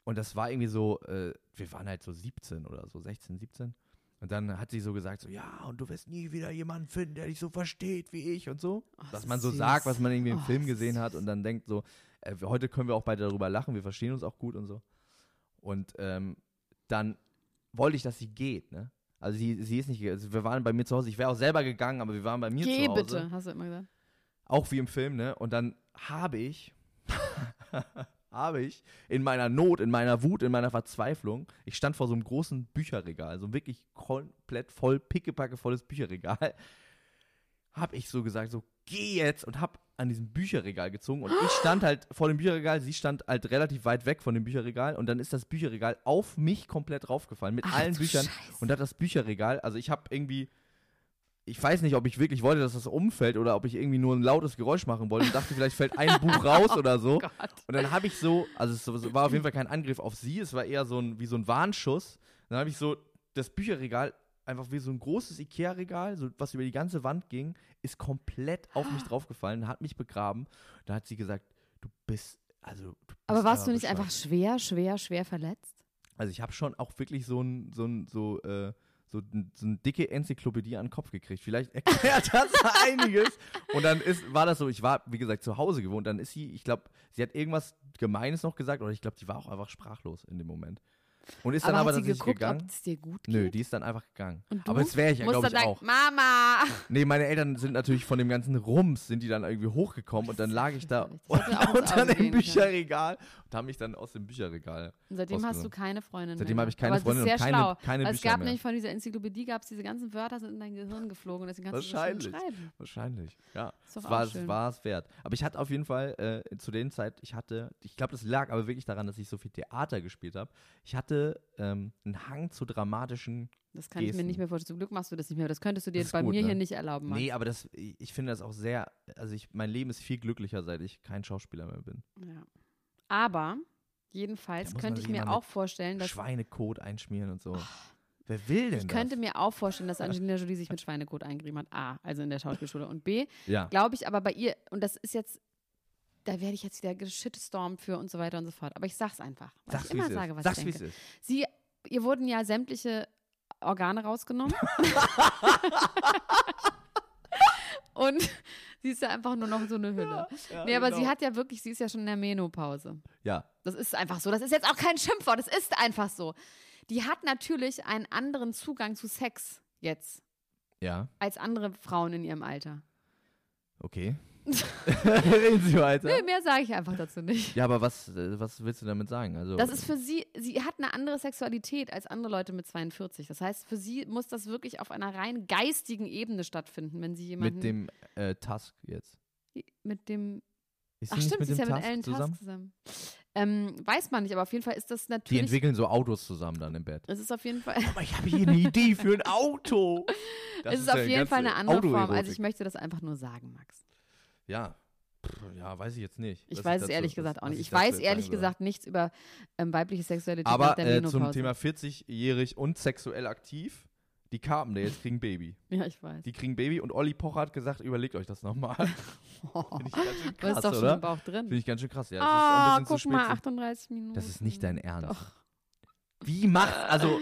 Speaker 3: Und das war irgendwie so, äh, wir waren halt so 17 oder so, 16, 17. Und dann hat sie so gesagt, so, ja, und du wirst nie wieder jemanden finden, der dich so versteht wie ich und so. dass
Speaker 1: ist
Speaker 3: man so
Speaker 1: Oh, süß.
Speaker 3: sagt, was man irgendwie im
Speaker 1: Oh,
Speaker 3: Film
Speaker 1: ist
Speaker 3: gesehen hat
Speaker 1: süß.
Speaker 3: und dann denkt so, äh, heute können wir auch beide darüber lachen, wir verstehen uns auch gut und so. Und ähm, dann wollte ich, dass sie geht, ne? Also sie, sie ist nicht, ge- also wir waren bei mir zu Hause, ich wäre auch selber gegangen, aber wir waren bei mir
Speaker 1: Geh
Speaker 3: zu Hause.
Speaker 1: bitte, hast du immer gesagt.
Speaker 3: Auch wie im Film, ne? Und dann habe ich, habe ich in meiner Not, in meiner Wut, in meiner Verzweiflung, ich stand vor so einem großen Bücherregal, so ein wirklich komplett voll, pickepacke volles Bücherregal, habe ich so gesagt, so geh jetzt und habe an diesem Bücherregal gezogen und ich stand halt vor dem Bücherregal, sie stand halt relativ weit weg von dem Bücherregal und dann ist das Bücherregal auf mich komplett raufgefallen mit
Speaker 1: Ach,
Speaker 3: allen
Speaker 1: du
Speaker 3: Büchern
Speaker 1: Scheiße.
Speaker 3: und hat das Bücherregal, also ich habe irgendwie ich weiß nicht, ob ich wirklich wollte, dass das umfällt oder ob ich irgendwie nur ein lautes Geräusch machen wollte und dachte, vielleicht fällt ein
Speaker 1: Oh
Speaker 3: Buch raus oder so. Und dann habe ich so, also es so- so war auf jeden Fall kein Angriff auf sie, es war eher so ein, wie so ein Warnschuss. Dann habe ich so das Bücherregal, einfach wie so ein großes Ikea-Regal, so, was über die ganze Wand ging, ist komplett auf mich draufgefallen, hat mich begraben. Da hat sie gesagt, du bist, also du bist
Speaker 1: Aber warst du nicht
Speaker 3: bescheuert.
Speaker 1: einfach schwer, schwer, schwer verletzt?
Speaker 3: Also ich habe schon auch wirklich so ein, so ein, so, äh, so, n- so eine dicke Enzyklopädie an den Kopf gekriegt. Vielleicht erklärt das einiges. Und dann ist, war das so, ich war, wie gesagt, zu Hause gewohnt. Dann ist sie, ich glaube, sie hat irgendwas Gemeines noch gesagt oder ich glaube, die war auch einfach sprachlos in dem Moment. Und ist dann aber
Speaker 1: hat sie
Speaker 3: tatsächlich
Speaker 1: geguckt,
Speaker 3: gegangen.
Speaker 1: ob es dir gut geht?
Speaker 3: Nö, die ist dann einfach gegangen.
Speaker 1: Und du
Speaker 3: Aber jetzt wäre ich ja,
Speaker 1: musst
Speaker 3: glaube
Speaker 1: dann sagen,
Speaker 3: ich, auch.
Speaker 1: Mama!
Speaker 3: Nee, meine Eltern sind natürlich von dem ganzen Rums, sind die dann irgendwie hochgekommen und dann lag ich da
Speaker 1: Das hätte auch ins
Speaker 3: unter
Speaker 1: Auge
Speaker 3: dem
Speaker 1: gehen können.
Speaker 3: Bücherregal und haben mich dann aus dem Bücherregal
Speaker 1: Und seitdem hast du
Speaker 3: rausgenommen.
Speaker 1: keine Freundin
Speaker 3: Seitdem
Speaker 1: mehr.
Speaker 3: habe ich keine
Speaker 1: Aber
Speaker 3: Freundin
Speaker 1: das
Speaker 3: und
Speaker 1: ist sehr
Speaker 3: keine-
Speaker 1: schlau,
Speaker 3: keine
Speaker 1: weil Es
Speaker 3: Bücher
Speaker 1: gab
Speaker 3: mehr.
Speaker 1: nämlich von dieser Enzyklopädie, gab es diese ganzen Wörter, sind in dein Gehirn geflogen und deswegen kannst du
Speaker 3: Wahrscheinlich.
Speaker 1: das schon schreiben.
Speaker 3: Wahrscheinlich, ja.
Speaker 1: Ist doch
Speaker 3: es war,
Speaker 1: auch schön.
Speaker 3: es war es wert. Aber ich hatte auf jeden Fall äh, zu den Zeit, ich hatte, ich glaube, das lag aber wirklich daran, dass ich so viel Theater gespielt habe. Ich hatte ähm, einen Hang zu dramatischen.
Speaker 1: Das kann ich mir
Speaker 3: Gesten.
Speaker 1: nicht mehr vorstellen. Zum Glück machst du das nicht mehr. Das könntest du dir
Speaker 3: Das ist
Speaker 1: bei
Speaker 3: gut,
Speaker 1: mir
Speaker 3: ne?
Speaker 1: hier nicht erlauben. Max.
Speaker 3: Nee, aber das, ich ich finde das auch sehr, also ich, mein Leben ist viel glücklicher, seit ich kein Schauspieler mehr bin.
Speaker 1: Ja. Aber
Speaker 3: Da
Speaker 1: jedenfalls
Speaker 3: muss man
Speaker 1: könnte
Speaker 3: sich
Speaker 1: ich mir
Speaker 3: immer
Speaker 1: auch
Speaker 3: mit
Speaker 1: vorstellen, dass
Speaker 3: Schweinekot einschmieren und so. Wer will denn
Speaker 1: Oh. ich
Speaker 3: das?
Speaker 1: könnte mir auch vorstellen, dass Angelina Jolie sich mit Schweinekot eingerieben hat. A, also in der Schauspielschule und B,
Speaker 3: ja.
Speaker 1: glaube ich aber bei ihr und das ist jetzt da werde ich jetzt wieder geshitstormt für und so weiter und so fort, aber ich sag's einfach, weil
Speaker 3: Sag's,
Speaker 1: ich
Speaker 3: wie
Speaker 1: immer
Speaker 3: es
Speaker 1: sage,
Speaker 3: ist.
Speaker 1: was
Speaker 3: Sag's,
Speaker 1: ich
Speaker 3: wie es
Speaker 1: denke.
Speaker 3: ist.
Speaker 1: Sie ihr wurden ja sämtliche Organe rausgenommen. Und sie ist ja einfach nur noch so eine Hülle. nee, aber sie
Speaker 3: genau.
Speaker 1: hat ja wirklich, sie ist ja schon in der Menopause.
Speaker 3: Ja,
Speaker 1: Das ist einfach so. Das ist jetzt auch kein Schimpfwort. Das ist einfach so. Die hat natürlich einen anderen Zugang zu Sex jetzt
Speaker 3: ja,
Speaker 1: als andere Frauen in ihrem Alter.
Speaker 3: okay. Reden Sie weiter.
Speaker 1: Nee, mehr sage ich einfach dazu nicht.
Speaker 3: Ja, aber was, äh, was willst du damit sagen? Also,
Speaker 1: Das ist für sie, sie hat eine andere Sexualität als andere Leute mit 42. Das heißt, für sie muss das wirklich auf einer rein geistigen Ebene stattfinden, wenn sie jemanden
Speaker 3: mit dem äh, Task jetzt.
Speaker 1: mit dem
Speaker 3: Ist
Speaker 1: Ach
Speaker 3: nicht
Speaker 1: stimmt,
Speaker 3: mit
Speaker 1: sie ist ja
Speaker 3: dem
Speaker 1: mit
Speaker 3: Tusk
Speaker 1: Ellen Tusk zusammen. Ähm, weiß man nicht, aber auf jeden Fall ist das
Speaker 3: Die
Speaker 1: natürlich.
Speaker 3: entwickeln so Autos zusammen dann im Bett.
Speaker 1: Es ist auf jeden Fall.
Speaker 3: Aber ich habe hier eine Idee für ein Auto. Das
Speaker 1: es ist auf
Speaker 3: ja
Speaker 1: jeden Fall eine
Speaker 3: ganze
Speaker 1: andere Form. Also
Speaker 3: Autoerotik.
Speaker 1: ich möchte das einfach nur sagen, Max.
Speaker 3: ja. Pff, ja, weiß ich jetzt nicht.
Speaker 1: Ich
Speaker 3: was
Speaker 1: weiß es
Speaker 3: dazu-
Speaker 1: ehrlich
Speaker 3: was-
Speaker 1: gesagt auch
Speaker 3: was
Speaker 1: nicht. Ich
Speaker 3: dazu
Speaker 1: weiß
Speaker 3: jetzt
Speaker 1: ehrlich
Speaker 3: sagen soll.
Speaker 1: gesagt nichts über ähm, weibliche Sexualität nach
Speaker 3: Aber
Speaker 1: der
Speaker 3: äh,
Speaker 1: Menopause.
Speaker 3: zum Thema 40-jährig und sexuell aktiv Die Carpendales kriegen Baby.
Speaker 1: Ja, ich weiß.
Speaker 3: Die kriegen Baby und Olli Pocher hat gesagt, überlegt euch das nochmal. Finde ich ganz schön
Speaker 1: Aber
Speaker 3: krass,
Speaker 1: ist doch schon
Speaker 3: oder?
Speaker 1: im Bauch
Speaker 3: Finde
Speaker 1: drin.
Speaker 3: ich ganz schön krass. Ja, das ist auch
Speaker 1: Ah,
Speaker 3: ein bisschen
Speaker 1: guck
Speaker 3: zu spät.
Speaker 1: mal,
Speaker 3: für-
Speaker 1: 38 Minuten.
Speaker 3: das ist nicht dein Ernst. Wie macht, also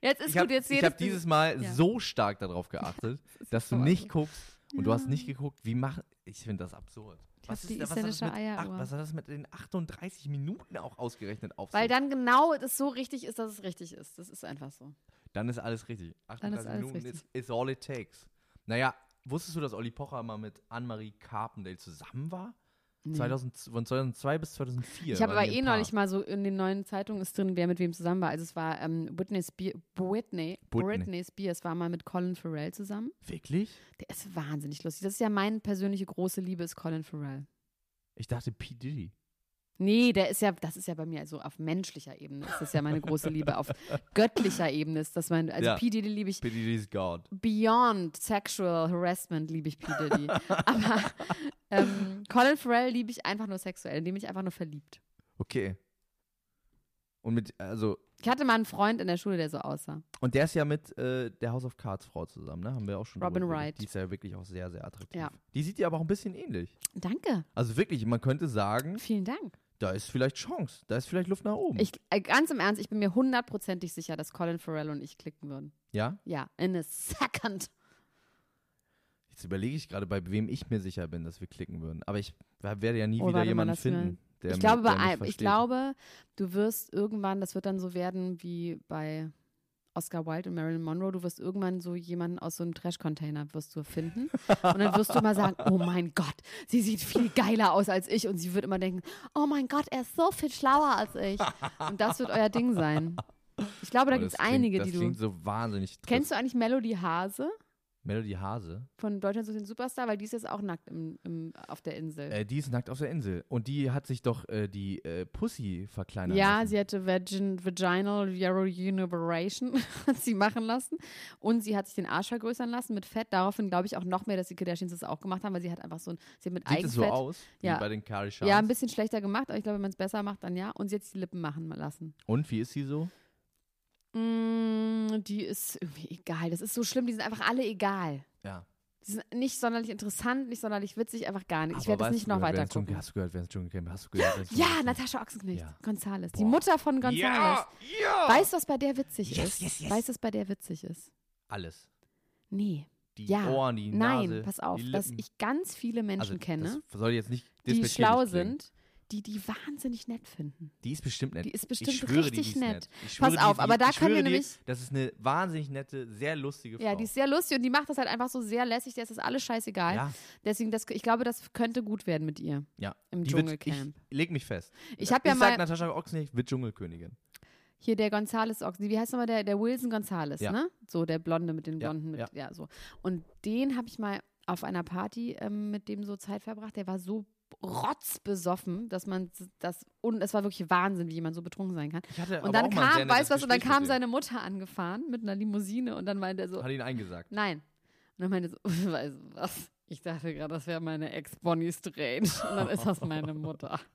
Speaker 1: Jetzt ist
Speaker 3: ich habe
Speaker 1: gut, jetzt
Speaker 3: hab dieses Mal
Speaker 1: Ja.
Speaker 3: so stark darauf geachtet, dass du nicht guckst und du hast nicht geguckt, wie macht, ich finde das absurd.
Speaker 1: hab die
Speaker 3: da-
Speaker 1: isländische
Speaker 3: das mit,
Speaker 1: Eieruhr.
Speaker 3: ach, was hat das mit den 38 Minuten auch ausgerechnet auf
Speaker 1: Weil
Speaker 3: sich?
Speaker 1: dann genau das so richtig ist, dass es richtig ist. Das ist einfach so.
Speaker 3: Dann ist alles richtig.
Speaker 1: Dann
Speaker 3: 38
Speaker 1: ist alles
Speaker 3: Minuten
Speaker 1: richtig.
Speaker 3: Is, is all it takes. Naja, wusstest du, dass Olli Pocher mal mit Annemarie Carpendale zusammen war? 2000, von 2002 bis 2004.
Speaker 1: Ich habe
Speaker 3: waren
Speaker 1: aber
Speaker 3: die
Speaker 1: eh
Speaker 3: ein Paar.
Speaker 1: neulich mal so in den neuen Zeitungen ist drin, wer mit wem zusammen war. Also es war ähm, Britney, Spear, Britney,
Speaker 3: Britney.
Speaker 1: Britney Spears war mal mit Colin Farrell zusammen.
Speaker 3: Wirklich?
Speaker 1: Der ist wahnsinnig lustig. Das ist ja meine persönliche große Liebe, ist Colin Farrell.
Speaker 3: Ich dachte P. Diddy.
Speaker 1: Nee, der ist ja, das ist ja bei mir so auf menschlicher Ebene. Das ist ja meine große Liebe. Auf göttlicher Ebene ist das mein, also
Speaker 3: Ja.
Speaker 1: P. Diddy liebe ich
Speaker 3: P. Diddy ist God.
Speaker 1: Beyond Sexual Harassment liebe ich P. Diddy. Aber ähm, Colin Farrell liebe ich einfach nur sexuell, indem ich einfach nur verliebt.
Speaker 3: Okay. Und mit, also,
Speaker 1: Ich hatte mal einen Freund in der Schule, der so aussah.
Speaker 3: und der ist ja mit äh, der House of Cards Frau zusammen, ne? Haben wir auch schon.
Speaker 1: Robin
Speaker 3: drüber geredet.
Speaker 1: Wright.
Speaker 3: Die ist ja wirklich auch sehr, sehr attraktiv.
Speaker 1: Ja.
Speaker 3: Die sieht dir aber auch ein bisschen ähnlich.
Speaker 1: Danke,
Speaker 3: Also wirklich, man könnte sagen,
Speaker 1: vielen Dank.
Speaker 3: da ist vielleicht Chance, da ist vielleicht Luft nach oben.
Speaker 1: Ich, äh, ganz im Ernst, ich bin mir hundertprozentig sicher, dass Colin Farrell und ich klicken würden.
Speaker 3: ja?
Speaker 1: Ja, in a second.
Speaker 3: Jetzt überlege ich gerade, bei wem ich mir sicher bin, dass wir klicken würden. Aber ich werde ja nie
Speaker 1: Oh,
Speaker 3: wieder
Speaker 1: warte mal,
Speaker 3: jemanden
Speaker 1: lass mal-
Speaker 3: finden, der
Speaker 1: ich
Speaker 3: mich-
Speaker 1: glaube,
Speaker 3: der
Speaker 1: bei,
Speaker 3: mich
Speaker 1: allem- ich
Speaker 3: versteht.
Speaker 1: glaube, du wirst irgendwann, das wird dann so werden wie bei Oscar Wilde und Marilyn Monroe, du wirst irgendwann so jemanden aus so einem Trash-Container wirst du finden und dann wirst du immer sagen, oh mein Gott, sie sieht viel geiler aus als ich und sie wird immer denken, oh mein Gott, er ist so viel schlauer als ich und das wird euer Ding sein. Ich glaube, da
Speaker 3: Oh,
Speaker 1: gibt es
Speaker 3: das klingt-
Speaker 1: einige,
Speaker 3: das
Speaker 1: die du...
Speaker 3: klingt so wahnsinnig.
Speaker 1: Kennst du eigentlich Melody Hase
Speaker 3: Melody Hase?
Speaker 1: von Deutschland sucht den Superstar, weil die ist jetzt auch nackt im, im, auf der Insel.
Speaker 3: Äh, die ist nackt auf der Insel. Und die hat sich doch äh, die äh, Pussy verkleinert.
Speaker 1: Ja,
Speaker 3: lassen.
Speaker 1: sie hatte Vagin, Vaginal Urination hat sie machen lassen und sie hat sich den Arsch vergrößern lassen mit Fett. Daraufhin glaube ich auch noch mehr, dass die Kardashians das auch gemacht haben, weil sie hat einfach so ein, sie hat mit
Speaker 3: Sieht
Speaker 1: Eigenfett.
Speaker 3: es so aus,
Speaker 1: Ja.
Speaker 3: wie bei den Kari Shams?
Speaker 1: Ja, ein bisschen schlechter gemacht, aber ich glaube, wenn man es besser macht, dann ja. Und sie hat sich die Lippen machen lassen.
Speaker 3: Und wie ist sie so?
Speaker 1: Mm, die ist irgendwie egal. Das ist so schlimm. Die sind einfach alle egal.
Speaker 3: Ja.
Speaker 1: Die sind nicht sonderlich interessant, nicht sonderlich witzig, einfach gar nicht. ich
Speaker 3: Aber
Speaker 1: werde das
Speaker 3: weißt
Speaker 1: nicht
Speaker 3: du,
Speaker 1: noch
Speaker 3: wer
Speaker 1: weiter
Speaker 3: ins Dschungel-
Speaker 1: gucken.
Speaker 3: Hast du gehört, wer ins Dschungelcamp? Hast du gehört, wer ins
Speaker 1: Ja,
Speaker 3: Dschungungelcamp-
Speaker 1: Natascha Ochsenknecht,
Speaker 3: Ja.
Speaker 1: Gonzales. Die
Speaker 3: Boah.
Speaker 1: Mutter von Gonzales.
Speaker 3: Ja!
Speaker 1: Weißt du, was bei der witzig
Speaker 3: Oh. Yes,
Speaker 1: ist?
Speaker 3: yes, yes.
Speaker 1: Weißt du, was bei der witzig ist?
Speaker 3: Alles.
Speaker 1: Nee.
Speaker 3: Die
Speaker 1: ja.
Speaker 3: Ohren, die
Speaker 1: Nein,
Speaker 3: Nase,
Speaker 1: pass auf,
Speaker 3: die
Speaker 1: dass
Speaker 3: Lippen.
Speaker 1: ich ganz viele Menschen
Speaker 3: also,
Speaker 1: kenne,
Speaker 3: Das soll jetzt nicht
Speaker 1: die
Speaker 3: despektierlich
Speaker 1: schlau
Speaker 3: klingen.
Speaker 1: sind, die die wahnsinnig nett finden.
Speaker 3: Die ist bestimmt nett.
Speaker 1: Die ist bestimmt
Speaker 3: ich schwöre,
Speaker 1: richtig
Speaker 3: die, die ist
Speaker 1: nett.
Speaker 3: nett. Ich
Speaker 1: Pass
Speaker 3: schwöre,
Speaker 1: auf,
Speaker 3: die, die,
Speaker 1: aber da
Speaker 3: ich
Speaker 1: können wir
Speaker 3: schwöre dir,
Speaker 1: nämlich-
Speaker 3: Das ist eine wahnsinnig nette, sehr lustige Frau.
Speaker 1: Ja, die ist sehr lustig und die macht das halt einfach so sehr lässig, der ist das alles scheißegal.
Speaker 3: Ja.
Speaker 1: Deswegen, das, ich glaube, das könnte gut werden mit ihr.
Speaker 3: ja.
Speaker 1: im
Speaker 3: die wird-
Speaker 1: Dschungelcamp.
Speaker 3: Ich leg mich fest.
Speaker 1: Ich hab ja
Speaker 3: ich
Speaker 1: mal-
Speaker 3: sag Natascha Ochsnick wird Dschungelkönigin.
Speaker 1: Hier der Gonzales, Ochs- wie heißt nochmal der, der Wilson Gonzales,
Speaker 3: Ja.
Speaker 1: ne? So, der Blonde mit den
Speaker 3: Ja,
Speaker 1: Blonden, mit,
Speaker 3: ja.
Speaker 1: ja, so. Und den habe ich mal auf einer Party ähm, mit dem so Zeit verbracht, der war so rotzbesoffen, dass man s- das, und es war wirklich Wahnsinn, wie jemand so betrunken sein kann.
Speaker 3: Ich hatte
Speaker 1: Und
Speaker 3: aber
Speaker 1: dann
Speaker 3: auch mal ein sehr
Speaker 1: kam,
Speaker 3: nettes
Speaker 1: weißt du was, und dann
Speaker 3: Gespräch
Speaker 1: kam
Speaker 3: mit
Speaker 1: seine Mutter angefahren mit einer Limousine und dann meinte er
Speaker 3: ihr.
Speaker 1: so,
Speaker 3: Hat ihn eingesagt.
Speaker 1: nein. Und dann meinte er so, weißt du was, ich dachte gerade, das wäre meine Ex Bonnie Strange. Und dann ist das meine Mutter.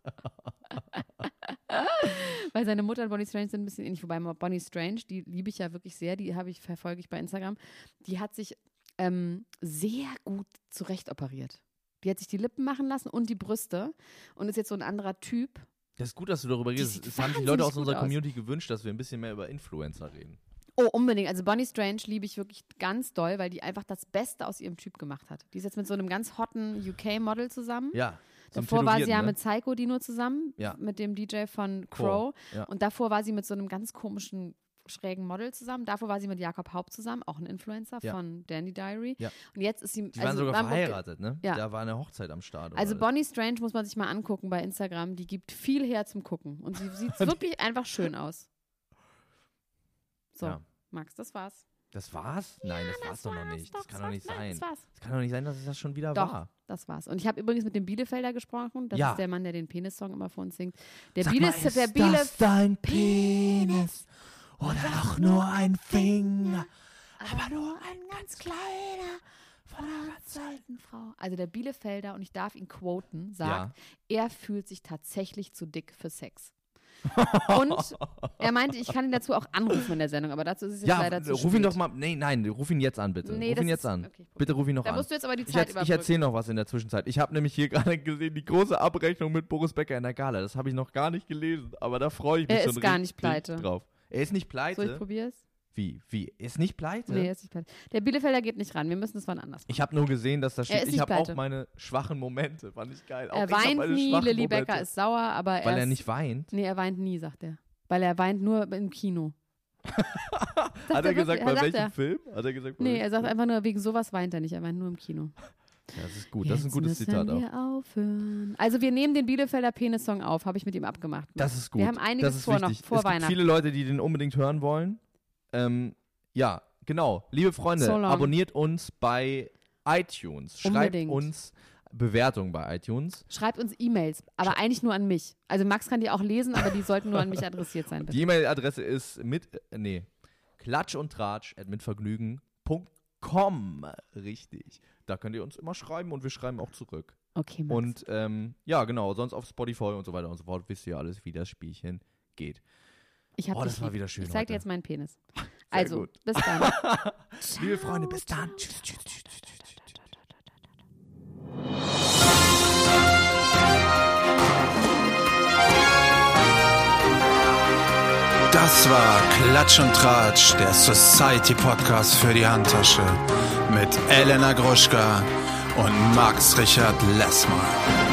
Speaker 1: Weil seine Mutter und Bonnie Strange sind ein bisschen ähnlich. Wobei Bonnie Strange, die liebe ich ja wirklich sehr, die habe ich, verfolge ich bei Instagram, die hat sich ähm, sehr gut zurecht operiert. Die hat sich die Lippen machen lassen und die Brüste und ist jetzt so ein anderer Typ.
Speaker 3: Das ist gut, dass du darüber redest.
Speaker 1: sieht
Speaker 3: Es haben sich
Speaker 1: wahnsinnig
Speaker 3: Leute aus
Speaker 1: gut
Speaker 3: unserer
Speaker 1: aus.
Speaker 3: Community gewünscht, dass wir ein bisschen mehr über Influencer reden.
Speaker 1: Oh, unbedingt. Also Bonnie Strange liebe ich wirklich ganz doll, weil die einfach das Beste aus ihrem Typ gemacht hat. Die ist jetzt mit so einem ganz hotten UK-Model zusammen.
Speaker 3: Ja. so einem
Speaker 1: Davor war sie
Speaker 3: Tätowierten,
Speaker 1: ja
Speaker 3: ne?
Speaker 1: mit Psycho Dino zusammen,
Speaker 3: Ja.
Speaker 1: mit dem DJ von Crow.
Speaker 3: Crow, ja.
Speaker 1: Und davor war sie mit so einem ganz komischen, schrägen Model zusammen. Davor war sie mit Jakob Haupt zusammen, auch ein Influencer
Speaker 3: Ja.
Speaker 1: von Dandy Diary.
Speaker 3: Ja.
Speaker 1: Und jetzt ist sie.
Speaker 3: Die waren
Speaker 1: also
Speaker 3: sogar
Speaker 1: man-
Speaker 3: verheiratet, ne?
Speaker 1: Ja.
Speaker 3: Da war eine Hochzeit am Start. und
Speaker 1: Also
Speaker 3: alles.
Speaker 1: Bonnie Strange muss man sich mal angucken bei Instagram. Die gibt viel her zum Gucken. Und sie sieht wirklich einfach schön aus. So,
Speaker 3: Ja.
Speaker 1: Max, das war's.
Speaker 3: Das war's? Nein, das, war's doch noch nicht. Das kann doch nicht sein.
Speaker 1: Das war's.
Speaker 3: Das kann doch nicht sein, dass es das schon wieder
Speaker 1: Doch,
Speaker 3: war.
Speaker 1: das war's. Und ich habe übrigens mit dem Bielefelder gesprochen. Das
Speaker 3: Ja.
Speaker 1: ist der Mann, der den Penis-Song immer vor uns singt. Der,
Speaker 3: Sag
Speaker 1: Bieles,
Speaker 3: mal, ist
Speaker 1: der Biele,
Speaker 3: das dein Penis oder doch nur ein Finger? Aber nur ein ganz kleiner.
Speaker 1: Frau, also der Bielefelder, und ich darf ihn quoten, sagt, er fühlt sich tatsächlich zu dick für Sex. Und er meinte, ich kann ihn dazu auch anrufen in der Sendung, aber dazu ist es jetzt
Speaker 3: Ja,
Speaker 1: leider zu
Speaker 3: ruf ihn
Speaker 1: spät.
Speaker 3: doch mal. Nee, nein, ruf ihn jetzt an, bitte.
Speaker 1: Nee,
Speaker 3: ruf
Speaker 1: das
Speaker 3: ihn jetzt
Speaker 1: ist-
Speaker 3: an.
Speaker 1: okay, probier.
Speaker 3: bitte ruf ihn noch
Speaker 1: Da
Speaker 3: an.
Speaker 1: musst du jetzt aber die
Speaker 3: ich
Speaker 1: Zeit
Speaker 3: erz- ich
Speaker 1: überbrücken.
Speaker 3: erzähle noch was in der Zwischenzeit. Ich habe nämlich hier gerade gesehen, die große Abrechnung mit Boris Becker in der Gala. Das habe ich noch gar nicht gelesen, aber da freue ich mich
Speaker 1: Er
Speaker 3: schon
Speaker 1: ist gar
Speaker 3: richtig
Speaker 1: nicht pleite.
Speaker 3: drauf. Er ist nicht
Speaker 1: So, ich
Speaker 3: pleite.
Speaker 1: probier's.
Speaker 3: wie? Wie? Er ist nicht pleite?
Speaker 1: Nee, er ist nicht pleite. Der Bielefelder geht nicht ran. Wir müssen es wann anders.
Speaker 3: Ich habe nur gesehen, dass da steht,
Speaker 1: ist
Speaker 3: ich
Speaker 1: nicht
Speaker 3: habe auch
Speaker 1: pleite.
Speaker 3: meine schwachen Momente. Fand ich geil. Auch
Speaker 1: Er
Speaker 3: ich hab
Speaker 1: Äh, weint
Speaker 3: meine
Speaker 1: nie,
Speaker 3: schwachen
Speaker 1: Lilly
Speaker 3: Momente.
Speaker 1: Becker ist sauer, aber er
Speaker 3: Weil er
Speaker 1: ist-
Speaker 3: nicht weint.
Speaker 1: Nee, er weint nie, sagt er. Weil er weint nur im Kino. Sagt
Speaker 3: Hat er
Speaker 1: wirklich,
Speaker 3: gesagt, bei
Speaker 1: sagt
Speaker 3: welchem
Speaker 1: er.
Speaker 3: Film? Hat er gesagt, bei
Speaker 1: Nee,
Speaker 3: welchem
Speaker 1: er sagt
Speaker 3: Film?
Speaker 1: einfach nur, wegen sowas weint er nicht, er weint nur im Kino.
Speaker 3: Ja, das ist gut. Das ist ein
Speaker 1: Jetzt
Speaker 3: gutes
Speaker 1: müssen
Speaker 3: Zitat auch.
Speaker 1: wir aufhören. Also wir nehmen den Bielefelder Penis-Song auf, habe ich mit ihm abgemacht.
Speaker 3: Das ist gut.
Speaker 1: Wir haben einiges
Speaker 3: das ist
Speaker 1: vor noch,
Speaker 3: wichtig.
Speaker 1: vor
Speaker 3: es gibt
Speaker 1: Weihnachten.
Speaker 3: viele Leute, die den unbedingt hören wollen. Ähm, ja, genau. Liebe Freunde,
Speaker 1: So long.
Speaker 3: abonniert uns bei iTunes. Schreibt
Speaker 1: Unbedingt.
Speaker 3: uns Bewertungen bei iTunes.
Speaker 1: Schreibt uns E-Mails, aber eigentlich nur an mich. Also Max kann die auch lesen, aber die sollten nur an mich adressiert sein, bitte.
Speaker 3: Die E-Mail-Adresse ist mit, äh, nee, klatsch und tratsch at mitvergnügen.com. Richtig. Da könnt ihr uns immer schreiben und wir schreiben auch zurück.
Speaker 1: Okay, Max.
Speaker 3: Und ähm, ja, genau, sonst auf Spotify und so weiter und so fort wisst ihr alles, wie das Spielchen geht.
Speaker 1: ich hab
Speaker 3: Oh,
Speaker 1: dich
Speaker 3: das war
Speaker 1: lieb.
Speaker 3: wieder schön
Speaker 1: Ich zeig dir
Speaker 3: heute.
Speaker 1: jetzt meinen Penis. Also,
Speaker 3: gut.
Speaker 1: bis dann.
Speaker 3: Liebe Freunde, bis dann. Tschüss, tschüss, tschüss, tschüss, tschüss.
Speaker 2: Das war Klatsch und Tratsch, der Society Podcast für die Handtasche mit Elena Gruschka und Max Richard Lessmann.